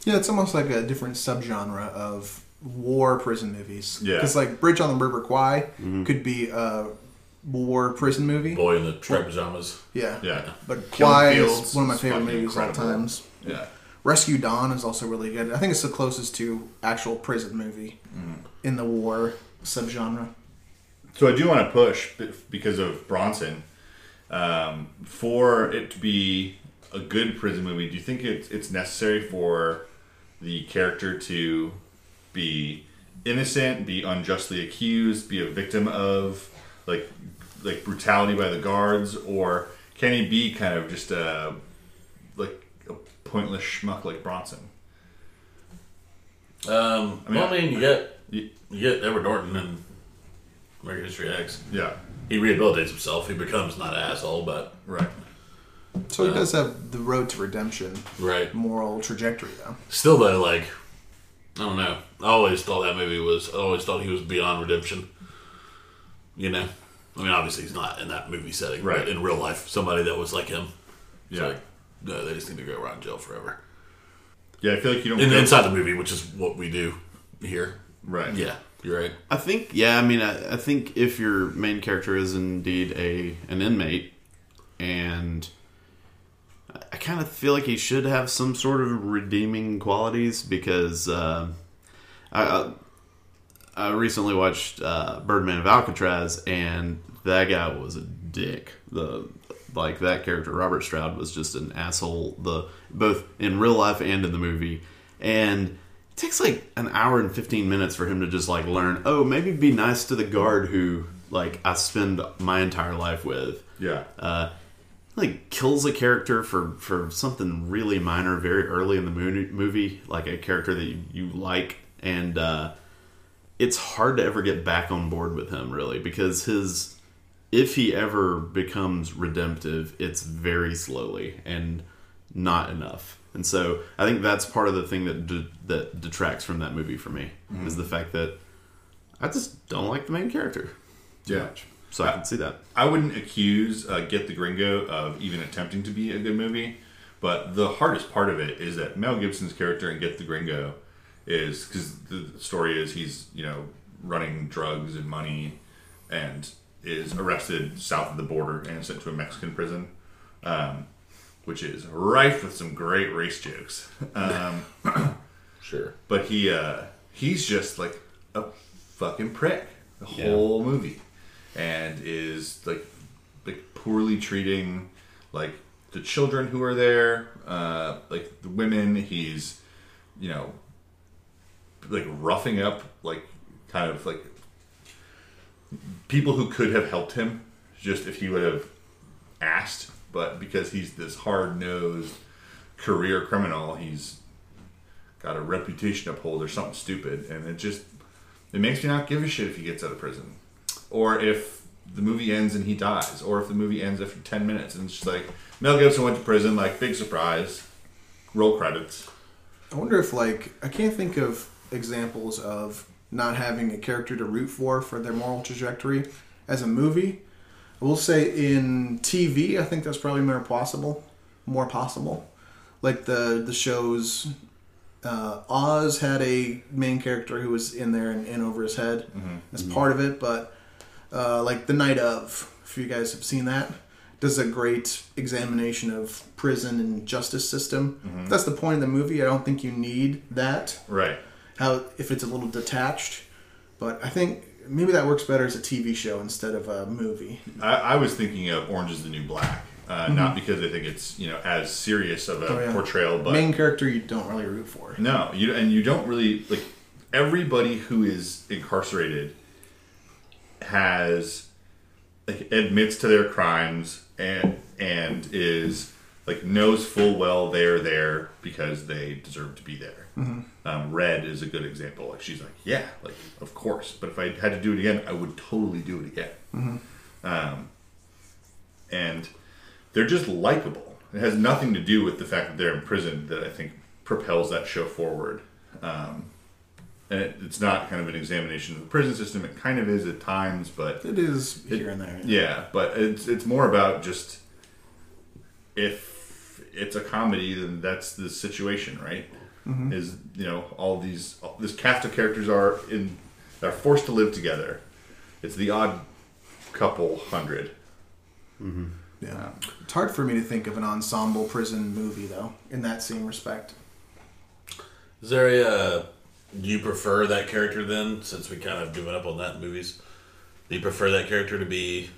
[SPEAKER 1] Yeah, it's almost like a different subgenre of war prison movies.
[SPEAKER 4] Yeah. Mm-hmm.
[SPEAKER 1] because like Bridge on the River Kwai could be a war prison movie.
[SPEAKER 6] Boy in the striped pajamas.
[SPEAKER 1] Yeah,
[SPEAKER 4] Yeah,
[SPEAKER 1] But
[SPEAKER 4] Killing
[SPEAKER 1] Kwai is
[SPEAKER 4] Fields
[SPEAKER 1] one of my
[SPEAKER 4] is
[SPEAKER 1] favorite
[SPEAKER 4] fucking
[SPEAKER 1] movies
[SPEAKER 4] incredible.
[SPEAKER 1] of all times.
[SPEAKER 4] yeah.
[SPEAKER 1] Rescue Dawn is also really good. I think it's the closest to actual prison movie
[SPEAKER 4] Mm.
[SPEAKER 1] in the war subgenre.
[SPEAKER 4] So I do want to push b- because of Bronson um, for it to be a good prison movie. Do you think it's it's necessary for the character to be innocent, be unjustly accused, be a victim of like like brutality by the guards, or can he be kind of just a like a pointless schmuck like Bronson?
[SPEAKER 6] Um, I mean,
[SPEAKER 4] mean,
[SPEAKER 6] well, I mean you get
[SPEAKER 4] Y-
[SPEAKER 6] you get Edward Norton in American History X.
[SPEAKER 4] Yeah,
[SPEAKER 6] He rehabilitates himself. He becomes not an asshole, but
[SPEAKER 4] right.
[SPEAKER 1] So he does have the road to redemption
[SPEAKER 6] right.
[SPEAKER 1] moral trajectory, though.
[SPEAKER 6] Still though, like I don't know. I always thought that movie was. I always thought he was beyond redemption. You know, I mean, obviously he's not in that movie setting,
[SPEAKER 4] Right.
[SPEAKER 6] But in real life, somebody that was like him, it's
[SPEAKER 4] Yeah.
[SPEAKER 6] like, no, they just need to go rot in jail forever.
[SPEAKER 4] Yeah, I feel like you don't.
[SPEAKER 6] And
[SPEAKER 4] go-
[SPEAKER 6] inside the movie, which is what we do here.
[SPEAKER 4] right.
[SPEAKER 6] Yeah, you're right.
[SPEAKER 5] I think. Yeah. I mean, I, I think if your main character is indeed a an inmate, and I- I kind of feel like he should have some sort of redeeming qualities because uh, I, I I recently watched uh, Birdman of Alcatraz, and that guy was a dick. The like that character Robert Stroud was just an asshole. The both in real life and in the movie, and it takes like an hour and fifteen minutes for him to just like learn. Oh, maybe be nice to the guard who like I spend my entire life with
[SPEAKER 4] Yeah.
[SPEAKER 6] Uh,
[SPEAKER 5] like kills a character for for something really minor very early in the mo- movie like a character that you, you like and uh it's hard to ever get back on board with him really because his if he ever becomes redemptive it's very slowly and not enough and so i think that's part of the thing that de- that detracts from that movie for me is the fact that i just don't like the main character
[SPEAKER 4] yeah.
[SPEAKER 5] so i can see that
[SPEAKER 4] I wouldn't accuse uh, Get the Gringo of even attempting to be a good movie, but the hardest part of it is that Mel Gibson's character in Get the Gringo is because the story is he's you know running drugs and money and is arrested south of the border and sent to a Mexican prison, um, which is rife with some great race jokes. Um,
[SPEAKER 6] Sure.
[SPEAKER 4] but he uh, he's just like a fucking prick the whole movie, and is like like poorly treating like the children who are there, uh, like the women. He's you know like roughing up like kind of like people who could have helped him just if he would have asked, but because he's this hard nosed career criminal, he's got a reputation to uphold or something stupid, and it just it makes me not give a shit if he gets out of prison, or if the movie ends and he dies, or if the movie ends after ten minutes and it's just like Mel Gibson went to prison, like big surprise, roll credits.
[SPEAKER 1] I wonder if, like, I can't think of examples of not having a character to root for for their moral trajectory as a movie. I will say in TV, I think that's probably more possible. More possible. Like the the shows, uh, Oz had a main character who was in there and in over his head as part of it, but uh, like the night of, if you guys have seen that, does a great examination of prison and justice system. That's the point of the movie. I don't think you need that
[SPEAKER 4] Right.
[SPEAKER 1] how if it's a little detached. But I think maybe that works better as a TV show instead of a movie.
[SPEAKER 4] I, I was thinking of Orange is the New Black, uh, not because I think it's you know as serious of a
[SPEAKER 1] Mm-hmm. Oh, yeah.
[SPEAKER 4] portrayal, but
[SPEAKER 1] Main character you don't really root for.
[SPEAKER 4] no, you and you don't really like everybody who is incarcerated has like, admits to their crimes and and is like knows full well they're there because they deserve to be there. Um, Red is a good example. Like she's like, yeah, like of course, but if I had to do it again, I would totally do it again. Um, and they're just likable. It has nothing to do with the fact that they're in prison that I think propels that show forward. Um, and it, it's not kind of an examination of the prison system. It kind of is at times, but
[SPEAKER 1] It is here and there.
[SPEAKER 4] yeah, but it's it's more about just if it's a comedy, then that's the situation, right? Is you know all these all, this cast of characters are in are forced to live together. It's the odd couple hundred.
[SPEAKER 1] Yeah. It's hard for me to think of an ensemble prison movie though, in that same respect.
[SPEAKER 6] Is there a? Uh, do you prefer that character then? Since we kind of given up on that in movies, do you prefer that character to be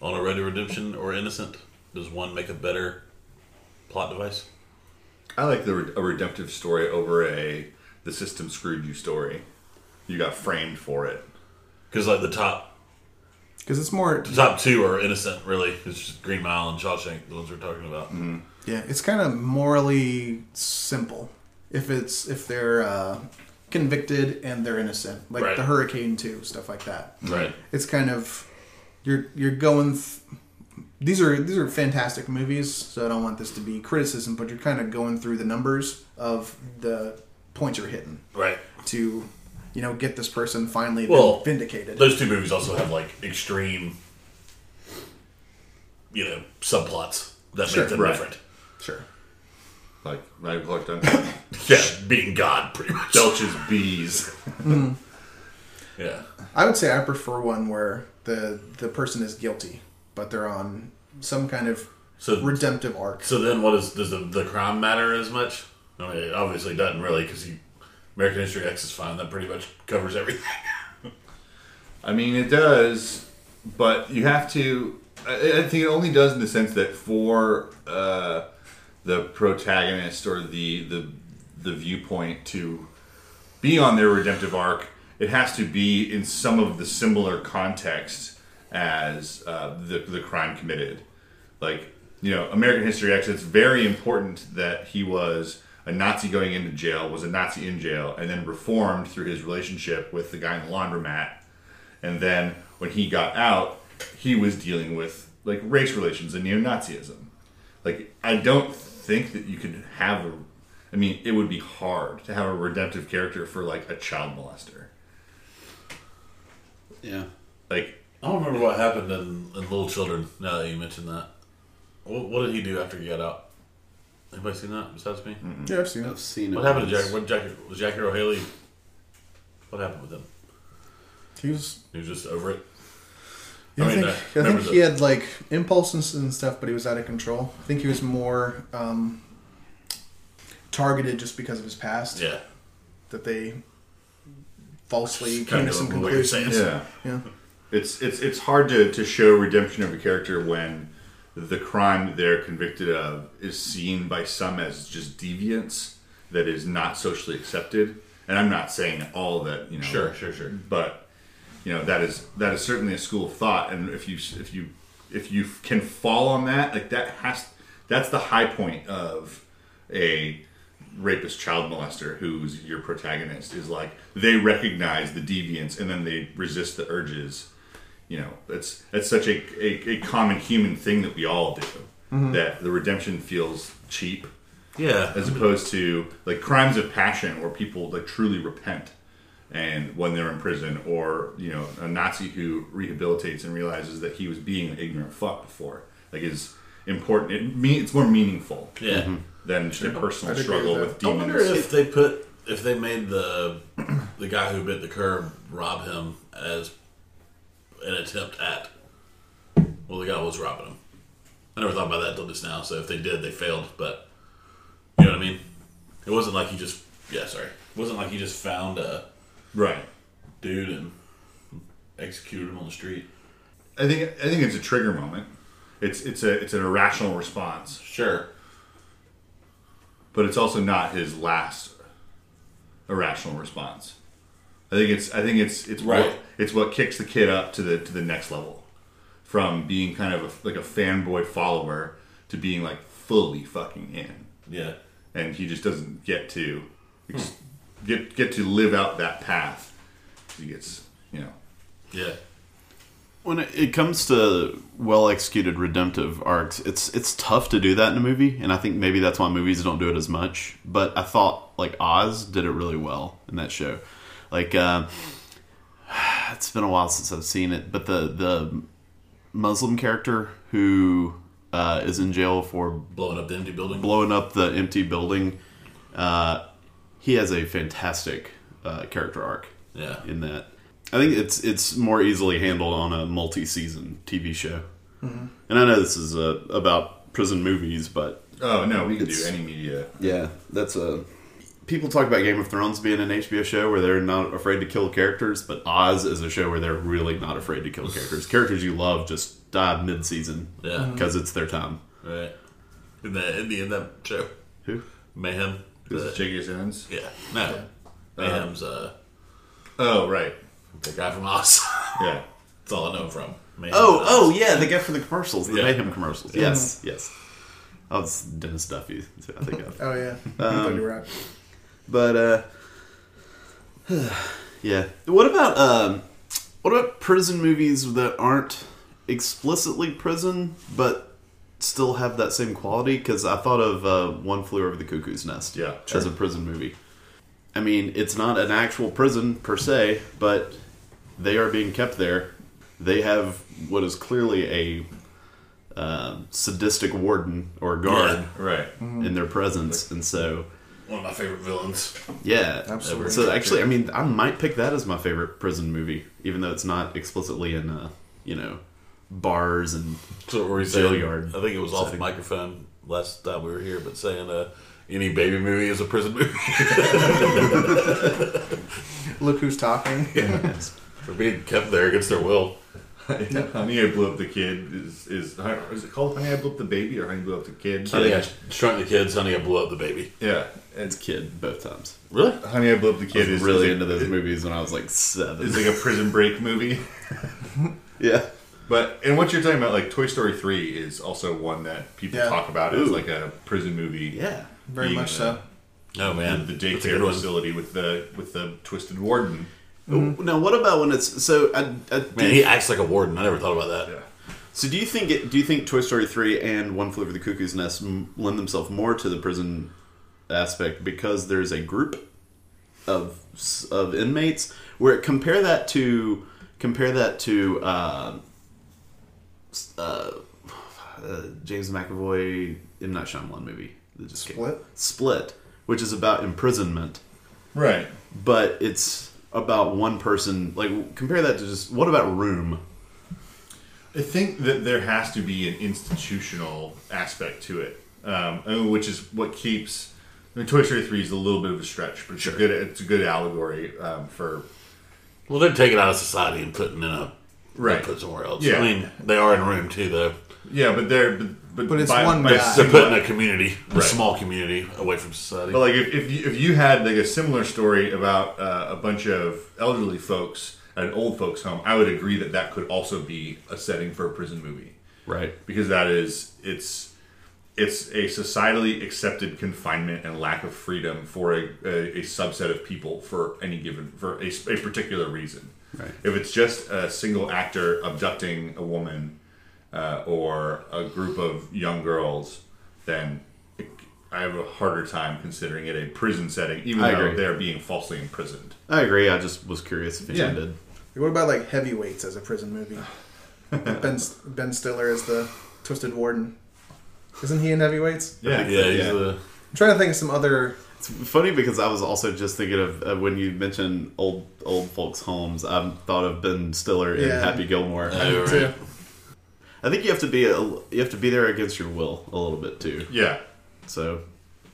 [SPEAKER 6] on a road to redemption or innocent? Does one make a better plot device?
[SPEAKER 4] I like the re- a redemptive story over a the system screwed you story. You got framed for it.
[SPEAKER 6] Because like the top
[SPEAKER 1] Because it's more
[SPEAKER 6] the top two are innocent, really. It's just Green Mile and Shawshank, the ones we're talking about.
[SPEAKER 1] Yeah, it's kind of morally simple if it's if they're uh, convicted and they're innocent, like
[SPEAKER 6] Right.
[SPEAKER 1] the Hurricane Two stuff like that.
[SPEAKER 6] Right.
[SPEAKER 1] It's kind of you're you're going. Th- these are these are fantastic movies, so I don't want this to be criticism, but you're kind of going through the numbers of the points you're hitting
[SPEAKER 6] Right.
[SPEAKER 1] to, you know, get this person finally
[SPEAKER 6] Well,
[SPEAKER 1] vindicated.
[SPEAKER 6] Those two movies also have like extreme, you know, subplots that
[SPEAKER 1] Sure,
[SPEAKER 6] make them
[SPEAKER 4] right.
[SPEAKER 6] different.
[SPEAKER 1] sure.
[SPEAKER 4] Like I've looked on
[SPEAKER 6] Yeah, being God, pretty much.
[SPEAKER 4] Belch's bees.
[SPEAKER 6] Yeah.
[SPEAKER 1] I would say I prefer one where the the person is guilty, but they're on some kind of
[SPEAKER 6] So-
[SPEAKER 1] redemptive arc.
[SPEAKER 6] So then, what is does the, the crime matter as much? I mean, it obviously doesn't really because you American History X is fine. That pretty much covers everything.
[SPEAKER 4] I mean, it does, but you have to. I, I think it only does in the sense that for uh, the protagonist or the the the viewpoint to be on their redemptive arc, it has to be in some of the similar context as uh, the the crime committed. Like you know, American History X. It's very important that he was. A Nazi going into jail was a Nazi in jail, and then reformed through his relationship with the guy in the laundromat, and then when he got out, he was dealing with like race relations and neo-Nazism. Like I don't think that you could have a. I mean, it would be hard to have a redemptive character for like a child molester.
[SPEAKER 5] Yeah.
[SPEAKER 4] Like
[SPEAKER 6] I don't remember what happened in, in Little Children. Now that you mentioned that, what, what did he do after he got out? Anybody seen that besides me?
[SPEAKER 1] Yeah, I've seen it.
[SPEAKER 5] I've seen
[SPEAKER 6] What
[SPEAKER 5] it
[SPEAKER 6] happened to
[SPEAKER 5] once.
[SPEAKER 6] Jack? What Jackie was Jackie O'Haley? What happened with him?
[SPEAKER 1] He was.
[SPEAKER 6] He was just over it.
[SPEAKER 1] I,
[SPEAKER 6] I mean,
[SPEAKER 1] think,
[SPEAKER 6] uh,
[SPEAKER 1] I think
[SPEAKER 6] remember
[SPEAKER 1] he
[SPEAKER 6] the-
[SPEAKER 1] had like impulses and stuff, but he was out of control. I think he was more um, targeted just because of his past.
[SPEAKER 6] Yeah.
[SPEAKER 1] That they falsely came
[SPEAKER 6] Kind
[SPEAKER 1] to
[SPEAKER 6] of
[SPEAKER 1] some
[SPEAKER 6] what you're saying.
[SPEAKER 1] conclusions.
[SPEAKER 4] yeah,
[SPEAKER 1] Yeah.
[SPEAKER 4] it's it's it's hard to to show redemption of a character when the crime they're convicted of is seen by some as just deviance that is not socially accepted. And I'm not saying all that you know.
[SPEAKER 6] Sure, sure,
[SPEAKER 4] Mm.
[SPEAKER 6] sure.
[SPEAKER 4] but you know that is that is certainly a school of thought and if you if you if you can fall on that like that has that's the high point of a rapist child molester who's your protagonist is like they recognize the deviance and then they resist the urges you know that's that's such a, a, a common human thing that we all do that the redemption feels cheap
[SPEAKER 6] Yeah.
[SPEAKER 4] as opposed to like crimes of passion where people like truly repent and when they're in prison or you know a nazi who rehabilitates and realizes that he was being an ignorant fuck before like is important it me it's more meaningful
[SPEAKER 6] Yeah.
[SPEAKER 4] than just a personal
[SPEAKER 1] I'd agree
[SPEAKER 4] struggle
[SPEAKER 1] with
[SPEAKER 4] with
[SPEAKER 6] I wonder
[SPEAKER 4] demons
[SPEAKER 6] if they put if they made the the guy who bit the curb rob him as an attempt at. Well, the guy was robbing him. I never thought about that until just now. So if they did, they failed. But you know what I mean. It wasn't like he just yeah sorry. It wasn't like he just found a
[SPEAKER 4] right
[SPEAKER 6] dude and executed him on the street.
[SPEAKER 4] I think I think it's a trigger moment. It's it's a it's an irrational response,
[SPEAKER 6] Sure.
[SPEAKER 4] but it's also not his last irrational response. I think it's I think it's it's
[SPEAKER 6] Right.
[SPEAKER 4] what it's what kicks the kid up to the to the next level from being kind of a, like a fanboy follower to being like fully fucking in.
[SPEAKER 6] Yeah.
[SPEAKER 4] and he just doesn't get to ex-
[SPEAKER 6] Hmm.
[SPEAKER 4] get get to live out that path. He gets you know
[SPEAKER 6] Yeah.
[SPEAKER 5] When it- it comes to well executed redemptive arcs, it's it's tough to do that in a movie, and I think maybe that's why movies don't do it as much. But I thought like Oz did it really well in that show. Like uh, it's been a while since I've seen it, but the the Muslim character who uh, is in jail for
[SPEAKER 6] Blowing up the empty building.
[SPEAKER 5] blowing up the empty building, uh, he has a fantastic uh, character arc
[SPEAKER 6] yeah.
[SPEAKER 5] in that. I think it's it's more easily handled on a multi-season TV show. And I know this is uh, about prison movies, but
[SPEAKER 4] oh no we can
[SPEAKER 5] It's-
[SPEAKER 4] do any media.
[SPEAKER 5] yeah, that's a people talk about Game of Thrones being an HBO show where they're not afraid to kill characters, but Oz is a show where they're really not afraid to kill characters. characters you love just die mid-season
[SPEAKER 6] Yeah.
[SPEAKER 5] because it's their time.
[SPEAKER 6] Right. In the in the in that show.
[SPEAKER 5] Who?
[SPEAKER 6] Mayhem.
[SPEAKER 4] This
[SPEAKER 6] The-
[SPEAKER 4] is J.K. Simmons.
[SPEAKER 6] yeah. No. Mayhem's uh
[SPEAKER 4] Oh right,
[SPEAKER 6] the guy from Oz.
[SPEAKER 4] yeah.
[SPEAKER 6] That's all I uh, know him from. Mayhem
[SPEAKER 5] Oh,
[SPEAKER 6] and Oz.
[SPEAKER 5] oh yeah, the guy from the commercials, the
[SPEAKER 6] Yeah.
[SPEAKER 5] Mayhem commercials. Mm-hmm. Yes, yes. Oh, it's Dennis Duffy. That's who I think of.
[SPEAKER 1] Oh yeah, I thought you were out.
[SPEAKER 5] But uh yeah. What about um what about prison movies that aren't explicitly prison but still have that same quality cuz I thought of uh, One Flew Over the Cuckoo's Nest
[SPEAKER 4] Yeah,
[SPEAKER 5] as a prison movie. I mean, it's not an actual prison per se, but they are being kept there. They have what is clearly a um, sadistic warden or guard
[SPEAKER 4] Right.
[SPEAKER 5] in their presence, and so
[SPEAKER 6] One of my favorite villains.
[SPEAKER 5] yeah,
[SPEAKER 1] Absolutely.
[SPEAKER 5] So actually, I mean, I might pick that as my favorite prison movie, even though it's not explicitly in, uh, you know, bars and
[SPEAKER 6] So were you
[SPEAKER 5] Jail
[SPEAKER 6] saying?
[SPEAKER 5] yard.
[SPEAKER 6] I think it was off the microphone last time we were here, but saying uh, any baby movie is a prison movie.
[SPEAKER 1] Look who's talking.
[SPEAKER 6] They're being kept there against their will.
[SPEAKER 4] Yeah, Honey, I blew up the kid. Is is is it called Honey, I blew up the baby or Honey, I blew up the kid?
[SPEAKER 6] Honey, I shrunk the kids. Honey, I blew up the baby.
[SPEAKER 4] Yeah, it's
[SPEAKER 5] kid both times.
[SPEAKER 6] Really?
[SPEAKER 4] Honey, I blew up the kid.
[SPEAKER 5] I was
[SPEAKER 4] Is
[SPEAKER 5] really
[SPEAKER 4] is
[SPEAKER 5] into
[SPEAKER 4] like,
[SPEAKER 5] those movies when I was like seven.
[SPEAKER 4] Is like a prison break movie.
[SPEAKER 5] yeah,
[SPEAKER 4] But and what you're talking about, like Toy Story three, is also one that people
[SPEAKER 1] Yeah.
[SPEAKER 4] talk about as like a prison movie.
[SPEAKER 5] yeah.
[SPEAKER 1] Very
[SPEAKER 4] Being
[SPEAKER 1] much
[SPEAKER 4] a-
[SPEAKER 1] so.
[SPEAKER 6] Oh man,
[SPEAKER 4] the
[SPEAKER 6] That's a good
[SPEAKER 4] daycare
[SPEAKER 6] one.
[SPEAKER 4] facility with the with the twisted warden.
[SPEAKER 5] Now, what about when it's so? I, I
[SPEAKER 6] Man, he acts like a warden. I never thought about that.
[SPEAKER 5] so do you think it, do you think Toy Story three and One Flew Over the Cuckoo's Nest m- lend themselves more to the prison aspect because there's a group of of inmates where compare that to compare that to uh, s- uh, uh, James McAvoy M Night Shyamalan movie that just came-
[SPEAKER 1] Split?
[SPEAKER 5] Split, which is about imprisonment
[SPEAKER 4] Right.
[SPEAKER 5] but it's about one person. Like compare that to just what about Room?
[SPEAKER 4] I think that there has to be an institutional aspect to it, um, I mean, which is what keeps. I mean, Toy Story three is a little bit of a stretch, but it's a good it's a good allegory um, for
[SPEAKER 6] Well, they're taking out of society and putting in a
[SPEAKER 4] Right.
[SPEAKER 6] put somewhere else.
[SPEAKER 4] Yeah.
[SPEAKER 6] I mean, they are in a room too, though.
[SPEAKER 4] yeah, but there but but,
[SPEAKER 1] But it's
[SPEAKER 4] by-
[SPEAKER 1] one
[SPEAKER 4] by
[SPEAKER 1] guy.
[SPEAKER 6] They're
[SPEAKER 4] similar-
[SPEAKER 6] putting a community, a
[SPEAKER 4] Right.
[SPEAKER 6] small community, away from society.
[SPEAKER 4] But like if, if, you, if you had like a similar story about uh, a bunch of elderly folks at an old folks home, I would agree that that could also be a setting for a prison movie.
[SPEAKER 5] Right.
[SPEAKER 4] because that is it's it's a societally accepted confinement and lack of freedom for a, a, a subset of people for any given for a, s- a particular reason
[SPEAKER 5] Right.
[SPEAKER 4] if it's just a single actor abducting a woman uh, or a group of young girls then it, i have a harder time considering it a prison setting even
[SPEAKER 5] I
[SPEAKER 4] though
[SPEAKER 5] agree.
[SPEAKER 4] they're being falsely imprisoned
[SPEAKER 5] I agree. I just was curious if anyone
[SPEAKER 4] Yeah.
[SPEAKER 5] did.
[SPEAKER 1] What about like heavyweights as a prison movie? Like ben Ben Stiller as the twisted warden. Isn't he in heavyweights?
[SPEAKER 4] yeah
[SPEAKER 6] yeah, he's a-
[SPEAKER 1] I'm trying to think of some other.
[SPEAKER 5] It's funny because I was also just thinking of uh, when you mentioned old old folks' homes. I thought of Ben Stiller in
[SPEAKER 1] Yeah.
[SPEAKER 5] Happy Gilmore.
[SPEAKER 6] Oh,
[SPEAKER 1] too.
[SPEAKER 6] right.
[SPEAKER 5] I think you have to be a, you have to be there against your will a little bit too.
[SPEAKER 4] yeah
[SPEAKER 5] So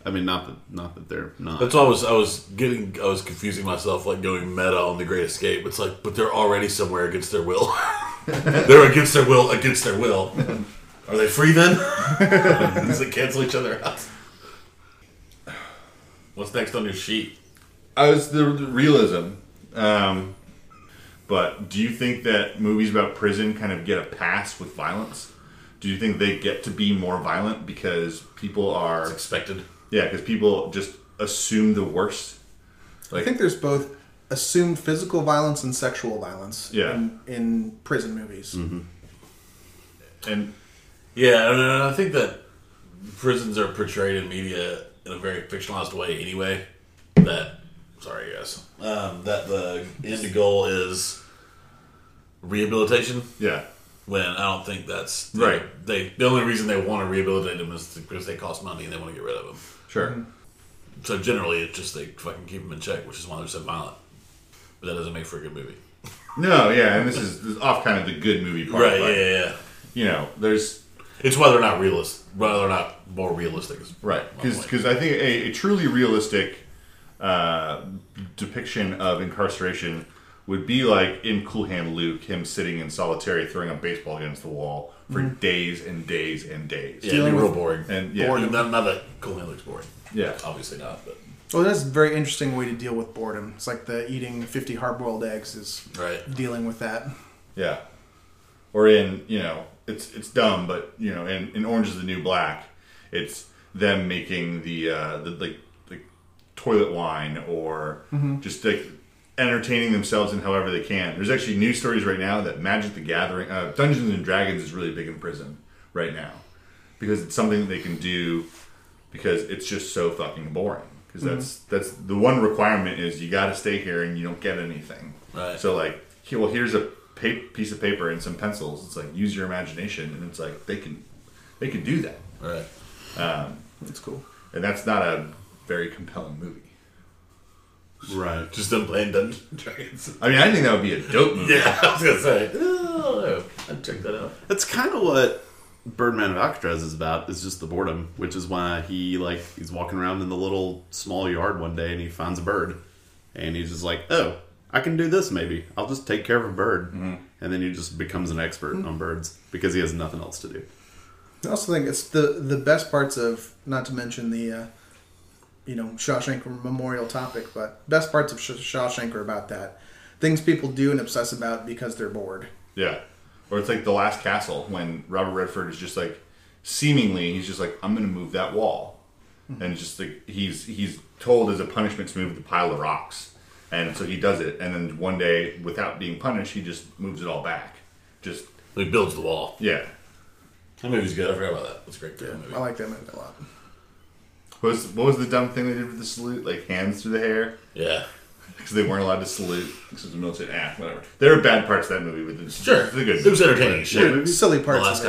[SPEAKER 5] I I mean, not that not that they're not.
[SPEAKER 6] That's why I was I was getting I was confusing myself like going meta on the Great Escape. It's like, but they're already somewhere against their will. they're against their will against their will. Are they free then? Does it cancel each other out? What's next on your sheet?
[SPEAKER 4] I was Oh, the, the realism. Um, but do you think that movies about prison kind of get a pass with violence? Do you think they get to be more violent because people are
[SPEAKER 6] Expected.
[SPEAKER 4] yeah because people just assume the worst?
[SPEAKER 1] I think there's both assumed physical violence and sexual violence
[SPEAKER 4] Yeah.
[SPEAKER 1] in, in prison movies.
[SPEAKER 6] Mm-hmm.
[SPEAKER 4] And
[SPEAKER 6] Yeah, and I think that prisons are portrayed in media in a very fictionalized way anyway. That, sorry guys, um, that the end goal is rehabilitation.
[SPEAKER 4] yeah,
[SPEAKER 6] When I don't think that's
[SPEAKER 4] Right.
[SPEAKER 6] They the only reason they want to rehabilitate them is because they cost money and they want to get rid of them.
[SPEAKER 4] sure.
[SPEAKER 6] So generally, it's just they fucking keep them in check, which is why they're so violent. But that doesn't make for a good movie,
[SPEAKER 4] No, yeah, and this is, this is off kind of the good movie part.
[SPEAKER 6] right?
[SPEAKER 4] but,
[SPEAKER 6] Yeah, yeah, yeah.
[SPEAKER 4] You know, there's
[SPEAKER 6] It's why they're not realist, why they're not more realistic. is
[SPEAKER 4] right
[SPEAKER 6] my point.
[SPEAKER 4] because I think a, a truly realistic uh, depiction of incarceration would be like in Cool Hand Luke, him sitting in solitary throwing a baseball against the wall for days and days and days.
[SPEAKER 6] yeah, it'd be real boring.
[SPEAKER 4] and yeah,
[SPEAKER 6] boring. Not, not that Cool Hand looks boring.
[SPEAKER 4] yeah,
[SPEAKER 6] Obviously not, but
[SPEAKER 1] Well, that's a very interesting way to deal with boredom. It's like the eating 50 hard-boiled eggs is
[SPEAKER 6] right.
[SPEAKER 1] dealing with that.
[SPEAKER 4] yeah. Or in you know, it's it's dumb, but you know, in, in Orange Is the New Black, it's them making the uh, the like like toilet wine or just like entertaining themselves in however they can. There's actually news stories right now that Magic the Gathering, uh, Dungeons and Dragons is really big in prison right now because it's something that they can do because it's just so fucking boring. Because that's that's the one requirement is you got to stay here and you don't get anything.
[SPEAKER 6] Right.
[SPEAKER 4] So like, here, well, here's a pa- piece of paper and some pencils. It's like use your imagination, and it's like they can they can do that,
[SPEAKER 6] Right.
[SPEAKER 1] It's cool.
[SPEAKER 4] and that's not a very compelling movie.
[SPEAKER 5] right.
[SPEAKER 6] Just them playing Dungeons and Dragons.
[SPEAKER 4] I mean, I think that would be a dope movie.
[SPEAKER 6] Yeah, I was gonna say. Oh, I'd check that out.
[SPEAKER 5] That's kind of what Birdman of Alcatraz is about. Is just the boredom, which is why he like he's walking around in the little small yard one day and he finds a bird, and he's just like, oh, I can do this. Maybe I'll just take care of a bird, and then he just becomes an expert on birds because he has nothing else to do.
[SPEAKER 1] I also think it's the the best parts of, not to mention the, uh, you know, Shawshank Memorial topic, but best parts of Sh- Shawshank are about that. Things people do and obsess about because they're bored.
[SPEAKER 4] Yeah. Or it's like The Last Castle when Robert Redford is just like seemingly he's just like I'm going to move that wall. And it's just like he's he's told as a punishment to move the pile of rocks. And so he does it and then one day without being punished he just moves it all back. Just
[SPEAKER 6] He builds the wall.
[SPEAKER 4] yeah.
[SPEAKER 6] That movie's good. I forgot about that. That's a great movie.
[SPEAKER 1] I like that movie a lot.
[SPEAKER 4] What was what was the dumb thing they did with the salute? Like hands through the hair
[SPEAKER 6] Yeah.
[SPEAKER 4] because they weren't allowed to salute because it was a military. Ah, whatever. There are bad parts of that movie, but it's
[SPEAKER 6] Sure.
[SPEAKER 4] it's a good.
[SPEAKER 6] It was entertaining. Sure.
[SPEAKER 1] They're silly
[SPEAKER 6] The
[SPEAKER 1] parts
[SPEAKER 6] Last
[SPEAKER 1] of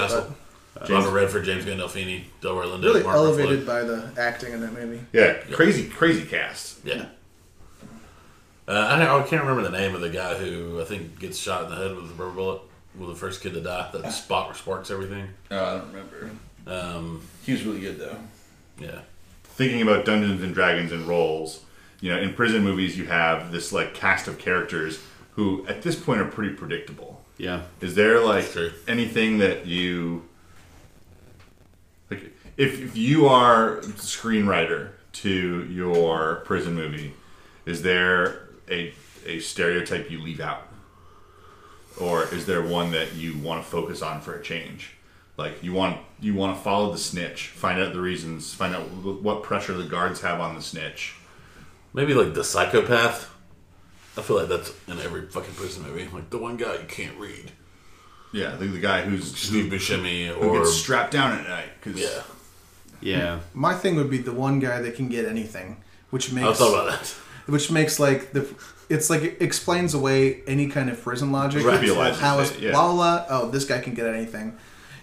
[SPEAKER 1] it,
[SPEAKER 6] Castle. Robert Redford, James Gandolfini, Delroy
[SPEAKER 1] but
[SPEAKER 6] Lindo,
[SPEAKER 1] really
[SPEAKER 6] Mark Ruffalo.
[SPEAKER 1] elevated by the acting in that movie.
[SPEAKER 4] Yeah, crazy, crazy cast.
[SPEAKER 6] Yeah. Uh, I, don't- I can't remember the name of the guy who I think gets shot in the head with a rubber bullet. Well, the first kid to die. That spot where sparks everything.
[SPEAKER 4] Oh, I don't remember.
[SPEAKER 6] Um,
[SPEAKER 4] He was really good though.
[SPEAKER 6] yeah.
[SPEAKER 4] thinking about Dungeons and Dragons and roles, you know, in prison movies, you have this like cast of characters who, at this point, are pretty predictable.
[SPEAKER 5] Yeah,
[SPEAKER 4] Is there like
[SPEAKER 6] That's true.
[SPEAKER 4] anything that you like? If, if you are the screenwriter to your prison movie, is there a a stereotype you leave out, or is there one that you want to focus on for a change? Like you want you want to follow the snitch, find out the reasons, find out wh- what pressure the guards have on the snitch.
[SPEAKER 6] Maybe like the psychopath. I feel like that's in every fucking prison movie. Like the one guy you can't read,
[SPEAKER 4] Yeah, the, the guy who's who,
[SPEAKER 6] Steve Buscemi,
[SPEAKER 4] who
[SPEAKER 6] or
[SPEAKER 4] gets strapped down at night because
[SPEAKER 6] yeah.
[SPEAKER 5] yeah.
[SPEAKER 1] My thing would be the one guy that can get anything, which
[SPEAKER 6] I
[SPEAKER 1] makes
[SPEAKER 6] thought about that.
[SPEAKER 1] which makes like the it's like it explains away any kind of prison logic.
[SPEAKER 4] Right.
[SPEAKER 1] It's like, How is
[SPEAKER 4] Trivializes it, yeah.
[SPEAKER 1] Lala? Oh, this guy can get anything.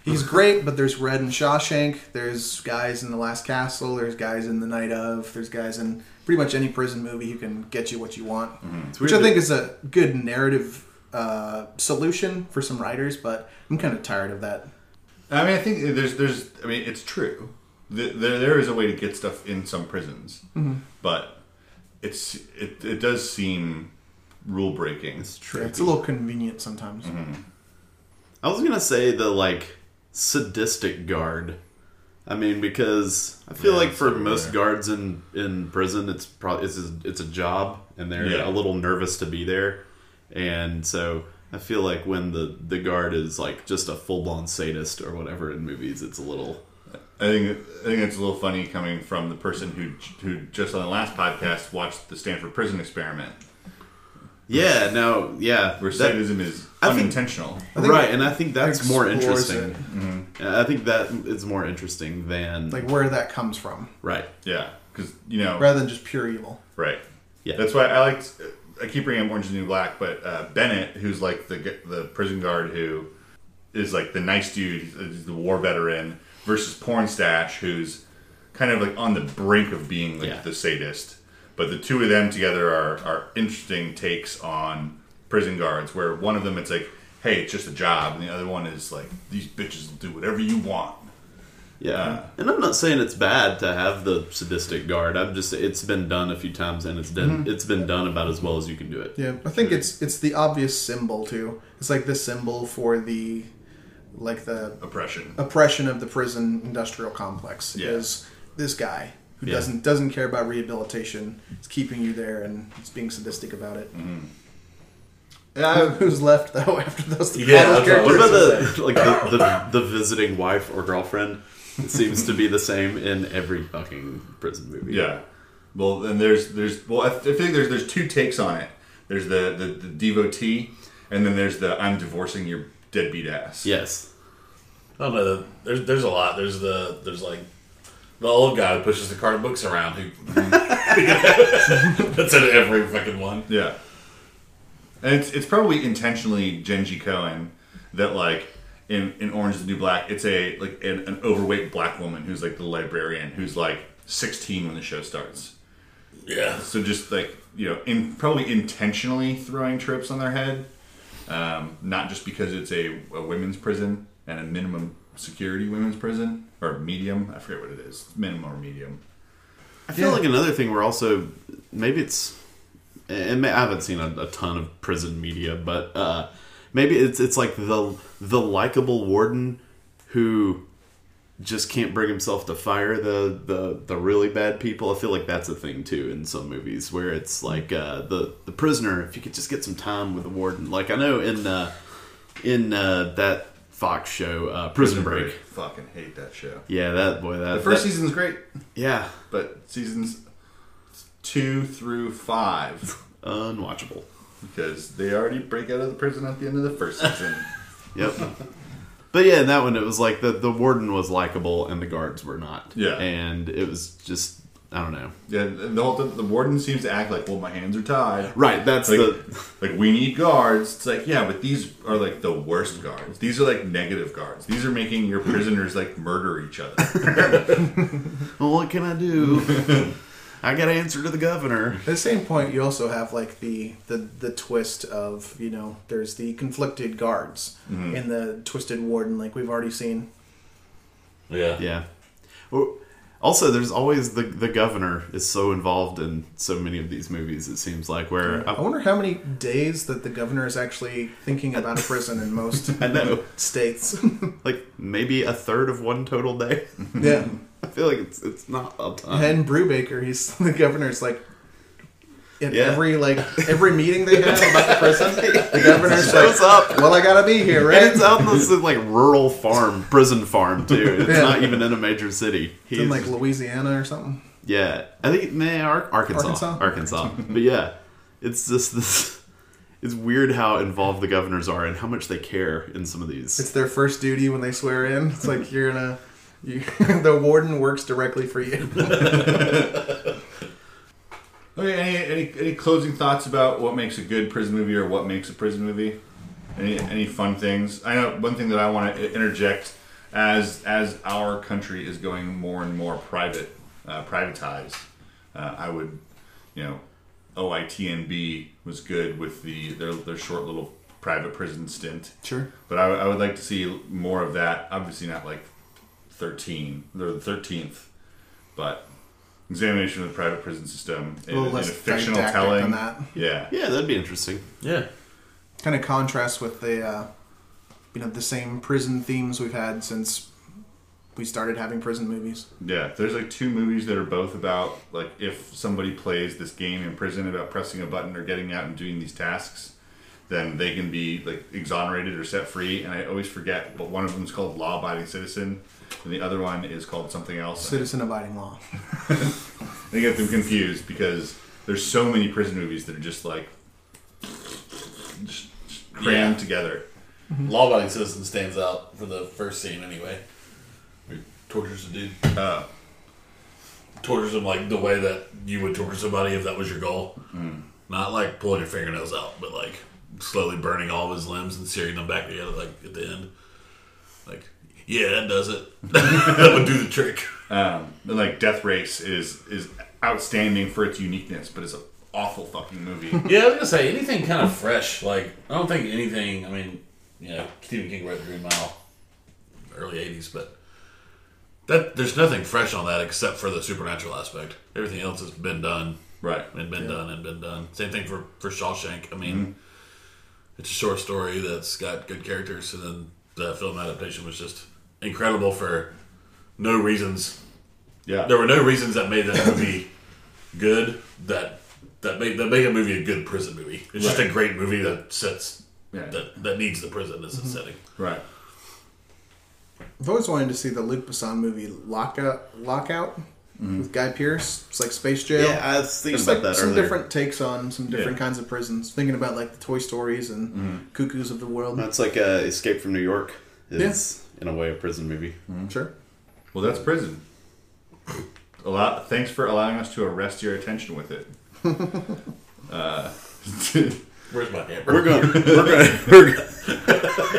[SPEAKER 1] He's great, but there's Red in Shawshank. There's guys in The Last Castle. There's guys in The Night of. There's guys in pretty much any prison movie who can get you what you want, which I
[SPEAKER 5] weird
[SPEAKER 1] think is a good narrative uh, solution for some writers. But I'm kind of tired of that.
[SPEAKER 4] I mean, I think there's there's I mean, it's true. th- there there is a way to get stuff in some prisons, but it's it it does seem rule breaking.
[SPEAKER 5] It's
[SPEAKER 1] Yeah,
[SPEAKER 5] true.
[SPEAKER 1] it's a little convenient sometimes.
[SPEAKER 5] I was gonna say the like sadistic guard. I mean, because I feel
[SPEAKER 4] Yeah,
[SPEAKER 5] like for
[SPEAKER 4] so
[SPEAKER 5] most
[SPEAKER 4] rare.
[SPEAKER 5] guards in in prison, it's probably it's a, it's a job, and they're
[SPEAKER 4] Yeah.
[SPEAKER 5] a little nervous to be there, and so I feel like when the the guard is like just a full blown sadist or whatever in movies, it's a little
[SPEAKER 4] I think I think it's a little funny coming from the person who who just on the last podcast watched the Stanford Prison Experiment,
[SPEAKER 5] yeah no yeah
[SPEAKER 4] where
[SPEAKER 5] that-
[SPEAKER 4] sadism is
[SPEAKER 5] I think-
[SPEAKER 4] unintentional.
[SPEAKER 1] think
[SPEAKER 5] right, and I think that's more
[SPEAKER 1] explores Mm-hmm.
[SPEAKER 5] interesting. I think that is more interesting than
[SPEAKER 1] Like where that comes from,
[SPEAKER 5] right
[SPEAKER 4] yeah, because you know,
[SPEAKER 1] rather than just pure evil.
[SPEAKER 4] right?
[SPEAKER 5] yeah
[SPEAKER 4] That's why I liked. I keep bringing up Orange is the New Black, but uh, Bennett, who's like the gu- the prison guard who is like the nice dude, he's- he's the war veteran, versus Pornstash, who's kind of like on the brink of being like
[SPEAKER 5] Yeah.
[SPEAKER 4] the sadist. But the two of them together are are interesting takes on prison guards, where one of them it's like, hey, it's just a job, and the other one is like, these bitches will do whatever you want.
[SPEAKER 5] Yeah. And I'm not saying it's bad to have the sadistic guard. I'm just it's been done a few times and it's done it's been done about as well as you can do it.
[SPEAKER 1] Yeah, I think it's it's the obvious symbol too. It's like the symbol for the like the
[SPEAKER 4] Oppression.
[SPEAKER 1] oppression of the prison industrial complex
[SPEAKER 4] Yeah.
[SPEAKER 1] is this guy who
[SPEAKER 5] Yeah.
[SPEAKER 1] doesn't doesn't care about rehabilitation. It's keeping you there and it's being sadistic about it. Who's left though after those?
[SPEAKER 6] Yeah,
[SPEAKER 1] all those
[SPEAKER 6] that's what I
[SPEAKER 5] What
[SPEAKER 1] characters?
[SPEAKER 5] about the like the, the, the visiting wife or girlfriend? It seems to be the same in every fucking prison movie.
[SPEAKER 4] Yeah. Well, then there's there's well I, th- I think there's there's two takes on it. There's the, the the devotee, and then there's the I'm divorcing your deadbeat ass.
[SPEAKER 5] Yes.
[SPEAKER 6] I don't know. There's there's a lot. There's the there's like the old guy who pushes the card books around. Who that's in every fucking one.
[SPEAKER 4] Yeah. And it's it's probably intentionally Genji Cohen that like in in Orange Is the New Black, it's a like an, an overweight black woman who's like the librarian who's like 16 when the show starts.
[SPEAKER 6] Yeah.
[SPEAKER 4] So just like you know, in probably intentionally throwing trips on their head, um, not just because it's a, a women's prison and a minimum security women's prison or medium. I forget what it is, minimum or medium.
[SPEAKER 5] I feel like another thing we're also maybe it's and I haven't seen a, a ton of prison media, but uh, maybe it's it's like the the likable warden who just can't bring himself to fire the, the the really bad people. I feel like that's a thing too in some movies where it's like uh, the the prisoner. If you could just get some time with the warden, like I know in uh, in uh, that Fox show uh, Prison, Break.
[SPEAKER 4] Fucking hate that show.
[SPEAKER 5] Yeah, that boy. That
[SPEAKER 4] The first
[SPEAKER 5] that-
[SPEAKER 4] season's great,
[SPEAKER 5] yeah,
[SPEAKER 4] but seasons two through five
[SPEAKER 5] unwatchable.
[SPEAKER 4] because they already break out of the prison at the end of the first season.
[SPEAKER 5] Yep. But yeah, in that one it was like the the warden was likable and the guards were not.
[SPEAKER 4] Yeah.
[SPEAKER 5] And it was just I don't know.
[SPEAKER 4] yeah, the whole the warden seems to act like, well, my hands are tied.
[SPEAKER 5] Right, that's
[SPEAKER 4] like,
[SPEAKER 5] the
[SPEAKER 4] like we need guards. It's like yeah, but these are like the worst guards. These are like negative guards. These are making your prisoners like murder each other.
[SPEAKER 5] well, what can I do? I got to answer to the governor.
[SPEAKER 1] At the same point, you also have like the the, the twist of you know there's the conflicted guards and the twisted warden like we've already seen.
[SPEAKER 6] Yeah.
[SPEAKER 5] Yeah. Or- Also, there's always the the governor is so involved in so many of these movies. It seems like where
[SPEAKER 1] I
[SPEAKER 5] I,
[SPEAKER 1] wonder how many days that the governor is actually thinking about a prison in most
[SPEAKER 5] I know,
[SPEAKER 1] states.
[SPEAKER 5] like maybe a third of one total day.
[SPEAKER 1] yeah,
[SPEAKER 5] I feel like it's it's not a ton.
[SPEAKER 1] and Brubaker, he's the governor's like. In
[SPEAKER 5] Yeah.
[SPEAKER 1] every like every meeting they have about the prison, the governor
[SPEAKER 5] Shows
[SPEAKER 1] shows up.
[SPEAKER 5] up.
[SPEAKER 1] Well, I gotta be here,
[SPEAKER 5] And
[SPEAKER 1] right?
[SPEAKER 5] it's out in this like rural farm, prison farm too. It's
[SPEAKER 1] Yeah.
[SPEAKER 5] not even in a major city. He's,
[SPEAKER 1] in like Louisiana or something.
[SPEAKER 5] yeah, I think man, Ar- Arkansas,
[SPEAKER 1] Arkansas?
[SPEAKER 5] Arkansas, but yeah, it's just this. It's weird how involved the governors are and how much they care in some of these.
[SPEAKER 1] It's their first duty when they swear in. It's like you're gonna. You, the warden works directly for you.
[SPEAKER 4] okay, any, any any closing thoughts about what makes a good prison movie or what makes a prison movie? Any any fun things? I know one thing that I want to interject as as our country is going more and more private uh, privatized. Uh, I would, you know, OITNB was good with the their their short little private prison stint.
[SPEAKER 1] Sure.
[SPEAKER 4] But I, I would like to see more of that. Obviously, not like thirteen, the thirteenth, but examination of the private prison system in,
[SPEAKER 1] little
[SPEAKER 4] in a
[SPEAKER 1] less
[SPEAKER 4] fictional
[SPEAKER 1] didactic
[SPEAKER 4] telling.
[SPEAKER 1] than that.
[SPEAKER 4] Yeah,
[SPEAKER 5] Yeah, that'd be interesting.
[SPEAKER 6] Yeah.
[SPEAKER 1] Kind of contrasts with the, uh, you know, the same prison themes we've had since we started having prison movies.
[SPEAKER 4] yeah. There's like two movies that are both about like if somebody plays this game in prison about pressing a button or getting out and doing these tasks, then they can be like exonerated or set free. And I always forget, but one of them is called Law Abiding Citizen, and the other one is called something else.
[SPEAKER 1] Citizen abiding law.
[SPEAKER 4] They get them confused because there's so many prison movies that are just like just crammed
[SPEAKER 6] Yeah.
[SPEAKER 4] together.
[SPEAKER 6] Law abiding citizen stands out for the first scene anyway. He tortures a dude. Uh,
[SPEAKER 4] Oh.
[SPEAKER 6] Tortures him like the way that you would torture somebody if that was your goal. Not like pulling your fingernails out, but like slowly burning all of his limbs and searing them back together like at the end. Like, yeah, that does it. that would do the trick.
[SPEAKER 4] Um, and, like Death Race is is outstanding for its uniqueness, but it's an awful fucking movie.
[SPEAKER 6] Yeah, I was gonna say anything kind of fresh. Like I don't think anything. I mean, you know, Stephen King wrote Green Mile, early '80s, but that there's nothing fresh on that except for the supernatural aspect. Everything else has been done
[SPEAKER 4] right.
[SPEAKER 6] and been done and been done. Same thing for for Shawshank. I mean, it's a short story that's got good characters, and then the film adaptation was just incredible for no reasons
[SPEAKER 4] Yeah.
[SPEAKER 6] there were no reasons that made that movie good that that made that make a movie a good prison movie. It's just a great movie that sets
[SPEAKER 4] Yeah.
[SPEAKER 6] that that needs the prison as a setting.
[SPEAKER 4] right.
[SPEAKER 1] I've always wanted to see the Luc Besson movie Lockout, Lockout with Guy Pearce. It's like Space Jail.
[SPEAKER 5] Mm-hmm. Yeah, I was thinking
[SPEAKER 1] There's
[SPEAKER 5] about
[SPEAKER 1] like
[SPEAKER 5] that
[SPEAKER 1] some
[SPEAKER 5] earlier.
[SPEAKER 1] different takes on some different
[SPEAKER 4] Yeah.
[SPEAKER 1] kinds of prisons. Thinking about like the Toy Stories and
[SPEAKER 5] Mm-hmm.
[SPEAKER 1] Cuckoos of the World.
[SPEAKER 5] That's like uh, Escape from New York is in a way a prison movie.
[SPEAKER 1] Sure.
[SPEAKER 4] Well, that's prison. Allow, thanks for allowing us to arrest your attention with it. uh,
[SPEAKER 6] Where's my hammer?
[SPEAKER 5] We're going. We're going. We're, go-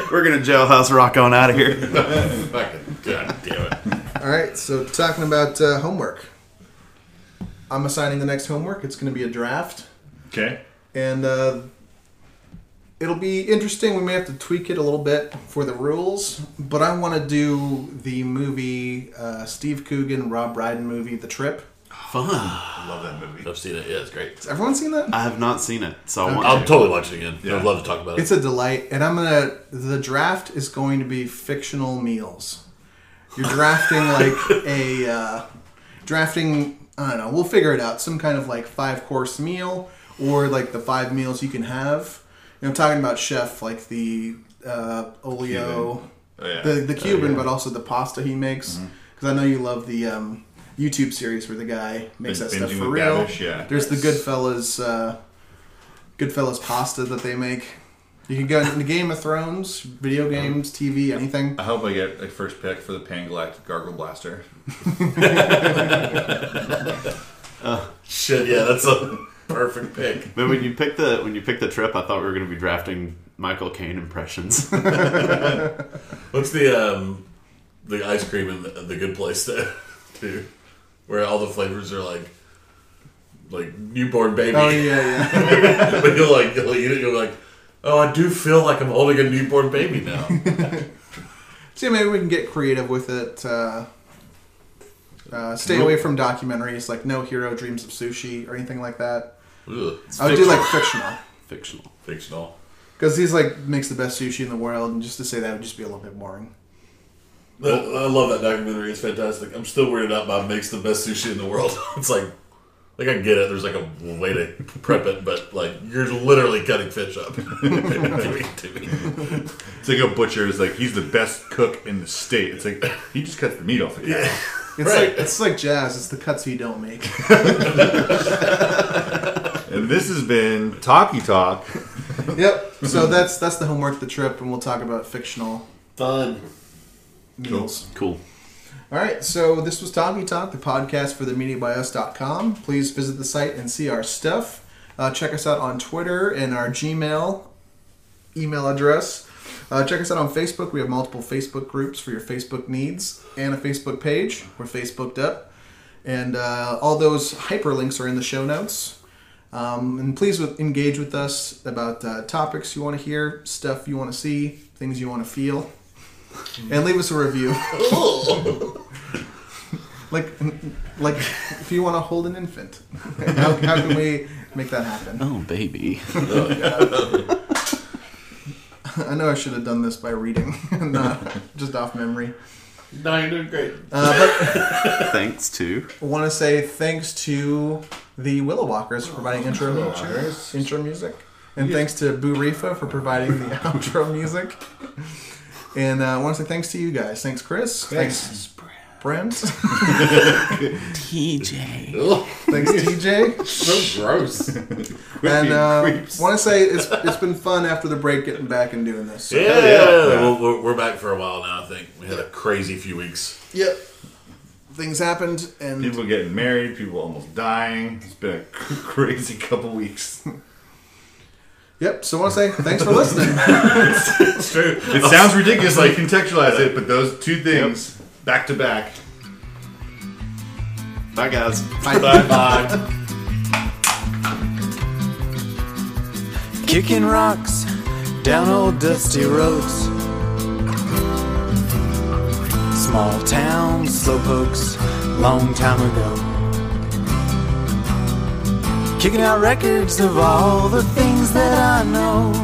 [SPEAKER 5] we're going to jailhouse rock on out of here.
[SPEAKER 6] Fucking god damn it!
[SPEAKER 1] All right. So talking about uh, homework, I'm assigning the next homework. It's going to be a draft,
[SPEAKER 4] okay.
[SPEAKER 1] and uh, it'll be interesting. We may have to tweak it a little bit for the rules, but I want to do the movie uh, Steve Coogan, Rob Brydon movie, The Trip.
[SPEAKER 5] Fun.
[SPEAKER 4] I love that movie.
[SPEAKER 6] I've seen it. Yeah, it's great.
[SPEAKER 1] Has everyone seen that?
[SPEAKER 5] I have not seen it, so I want.
[SPEAKER 6] I'll
[SPEAKER 5] to.
[SPEAKER 6] totally watch it again.
[SPEAKER 4] Yeah.
[SPEAKER 6] I'd love to talk about it.
[SPEAKER 1] It's a delight, and I'm gonna. The draft is going to be fictional meals. You're drafting like a uh, drafting. I don't know. We'll figure it out. Some kind of like five course meal, or like the five meals you can have. You know, I'm talking about chef, like the uh, oleo,
[SPEAKER 4] Oh, yeah. Mm-hmm.
[SPEAKER 1] the the Cuban, but also the pasta he makes. Because I know you love the um, YouTube series where the guy makes
[SPEAKER 4] Bin-
[SPEAKER 1] that stuff
[SPEAKER 4] Binging
[SPEAKER 1] for
[SPEAKER 4] with
[SPEAKER 1] real.
[SPEAKER 4] Babish, yeah.
[SPEAKER 1] There's the Goodfellas, uh, Goodfellas pasta that they make. You can go into Game of Thrones,
[SPEAKER 4] Uh-huh.
[SPEAKER 1] video games, TV, anything.
[SPEAKER 4] I hope I get a first pick for the Pan Galactic Gargle Blaster.
[SPEAKER 6] Shit, yeah, that's a perfect pick.
[SPEAKER 5] But when you pick the when you pick the trip, I thought we were going to be drafting Michael Caine impressions.
[SPEAKER 6] What's the um the ice cream in the, the good place to, to where all the flavors are like like newborn baby?
[SPEAKER 1] Oh yeah, yeah.
[SPEAKER 6] but you're like, you'll eat it, you're like, oh, I do feel like I'm holding a newborn baby now.
[SPEAKER 1] See, maybe we can get creative with it. Uh, uh, stay away from documentaries like No Hero Dreams of Sushi or anything like that.
[SPEAKER 6] Ugh, it's
[SPEAKER 1] I would do like fictional
[SPEAKER 5] Fictional.
[SPEAKER 6] fictional.
[SPEAKER 1] because he's like makes the best sushi in the world, and just to say that would just be a little bit boring.
[SPEAKER 6] I I love that documentary. It's fantastic. I'm still weirded out by makes the best sushi in the world. It's like, like I get it. There's like a way to prep it, but like you're literally cutting fish up. Give it to me.
[SPEAKER 4] It's like a butcher is like he's the best cook in the state. It's like he just cuts the meat off the cow.
[SPEAKER 1] It's
[SPEAKER 6] Right.
[SPEAKER 1] like it's like jazz. It's the cuts you don't make.
[SPEAKER 4] And this has been Talkie Talk.
[SPEAKER 1] yep. So that's that's the homework, the trip, and we'll talk about fictional
[SPEAKER 6] Fun.
[SPEAKER 1] meals.
[SPEAKER 5] Cool.
[SPEAKER 1] All right, so this was Talkie Talk, the podcast for themediabyus.com. Please visit the site and see our stuff. Uh, check us out on Twitter and our Gmail email address. Uh, check us out on Facebook. We have multiple Facebook groups for your Facebook needs and a Facebook page. We're Facebooked up. And uh, all those hyperlinks are in the show notes. Um, and please with, engage with us about uh, topics you want to hear, stuff you want to see, things you want to feel. and leave us a review. like, like if you want to hold an infant, how, how can we make that happen?
[SPEAKER 5] Oh, baby.
[SPEAKER 1] I know I should have done this by reading, not just off memory.
[SPEAKER 6] No, you're doing great.
[SPEAKER 5] Thanks to
[SPEAKER 1] I want to say thanks to the Willow Walkers for providing intro, intro music, and thanks to Boo Rifa for providing the outro music. And uh, I want to say thanks to you guys. Thanks, Chris. Thanks, Brent.
[SPEAKER 5] TJ.
[SPEAKER 1] thanks, TJ.
[SPEAKER 6] So gross.
[SPEAKER 1] And
[SPEAKER 4] being
[SPEAKER 1] uh,
[SPEAKER 4] creeps.
[SPEAKER 1] want to say it's it's been fun after the break getting back and doing this.
[SPEAKER 6] Yeah,
[SPEAKER 4] yeah.
[SPEAKER 6] Well, we're, we're back for a while now. I think we had a crazy few weeks.
[SPEAKER 1] Yep. Things happened, and
[SPEAKER 4] People getting married, people almost dying. It's been a c- crazy couple weeks.
[SPEAKER 1] yep. So I want to say thanks for listening.
[SPEAKER 6] It's true.
[SPEAKER 4] It sounds ridiculous, like contextualize it, but those two things back to back.
[SPEAKER 5] Bye, guys.
[SPEAKER 4] Bye bye.
[SPEAKER 8] kicking rocks down old dusty roads. Small town slowpokes, long time ago. Kicking out records of all the things that I know.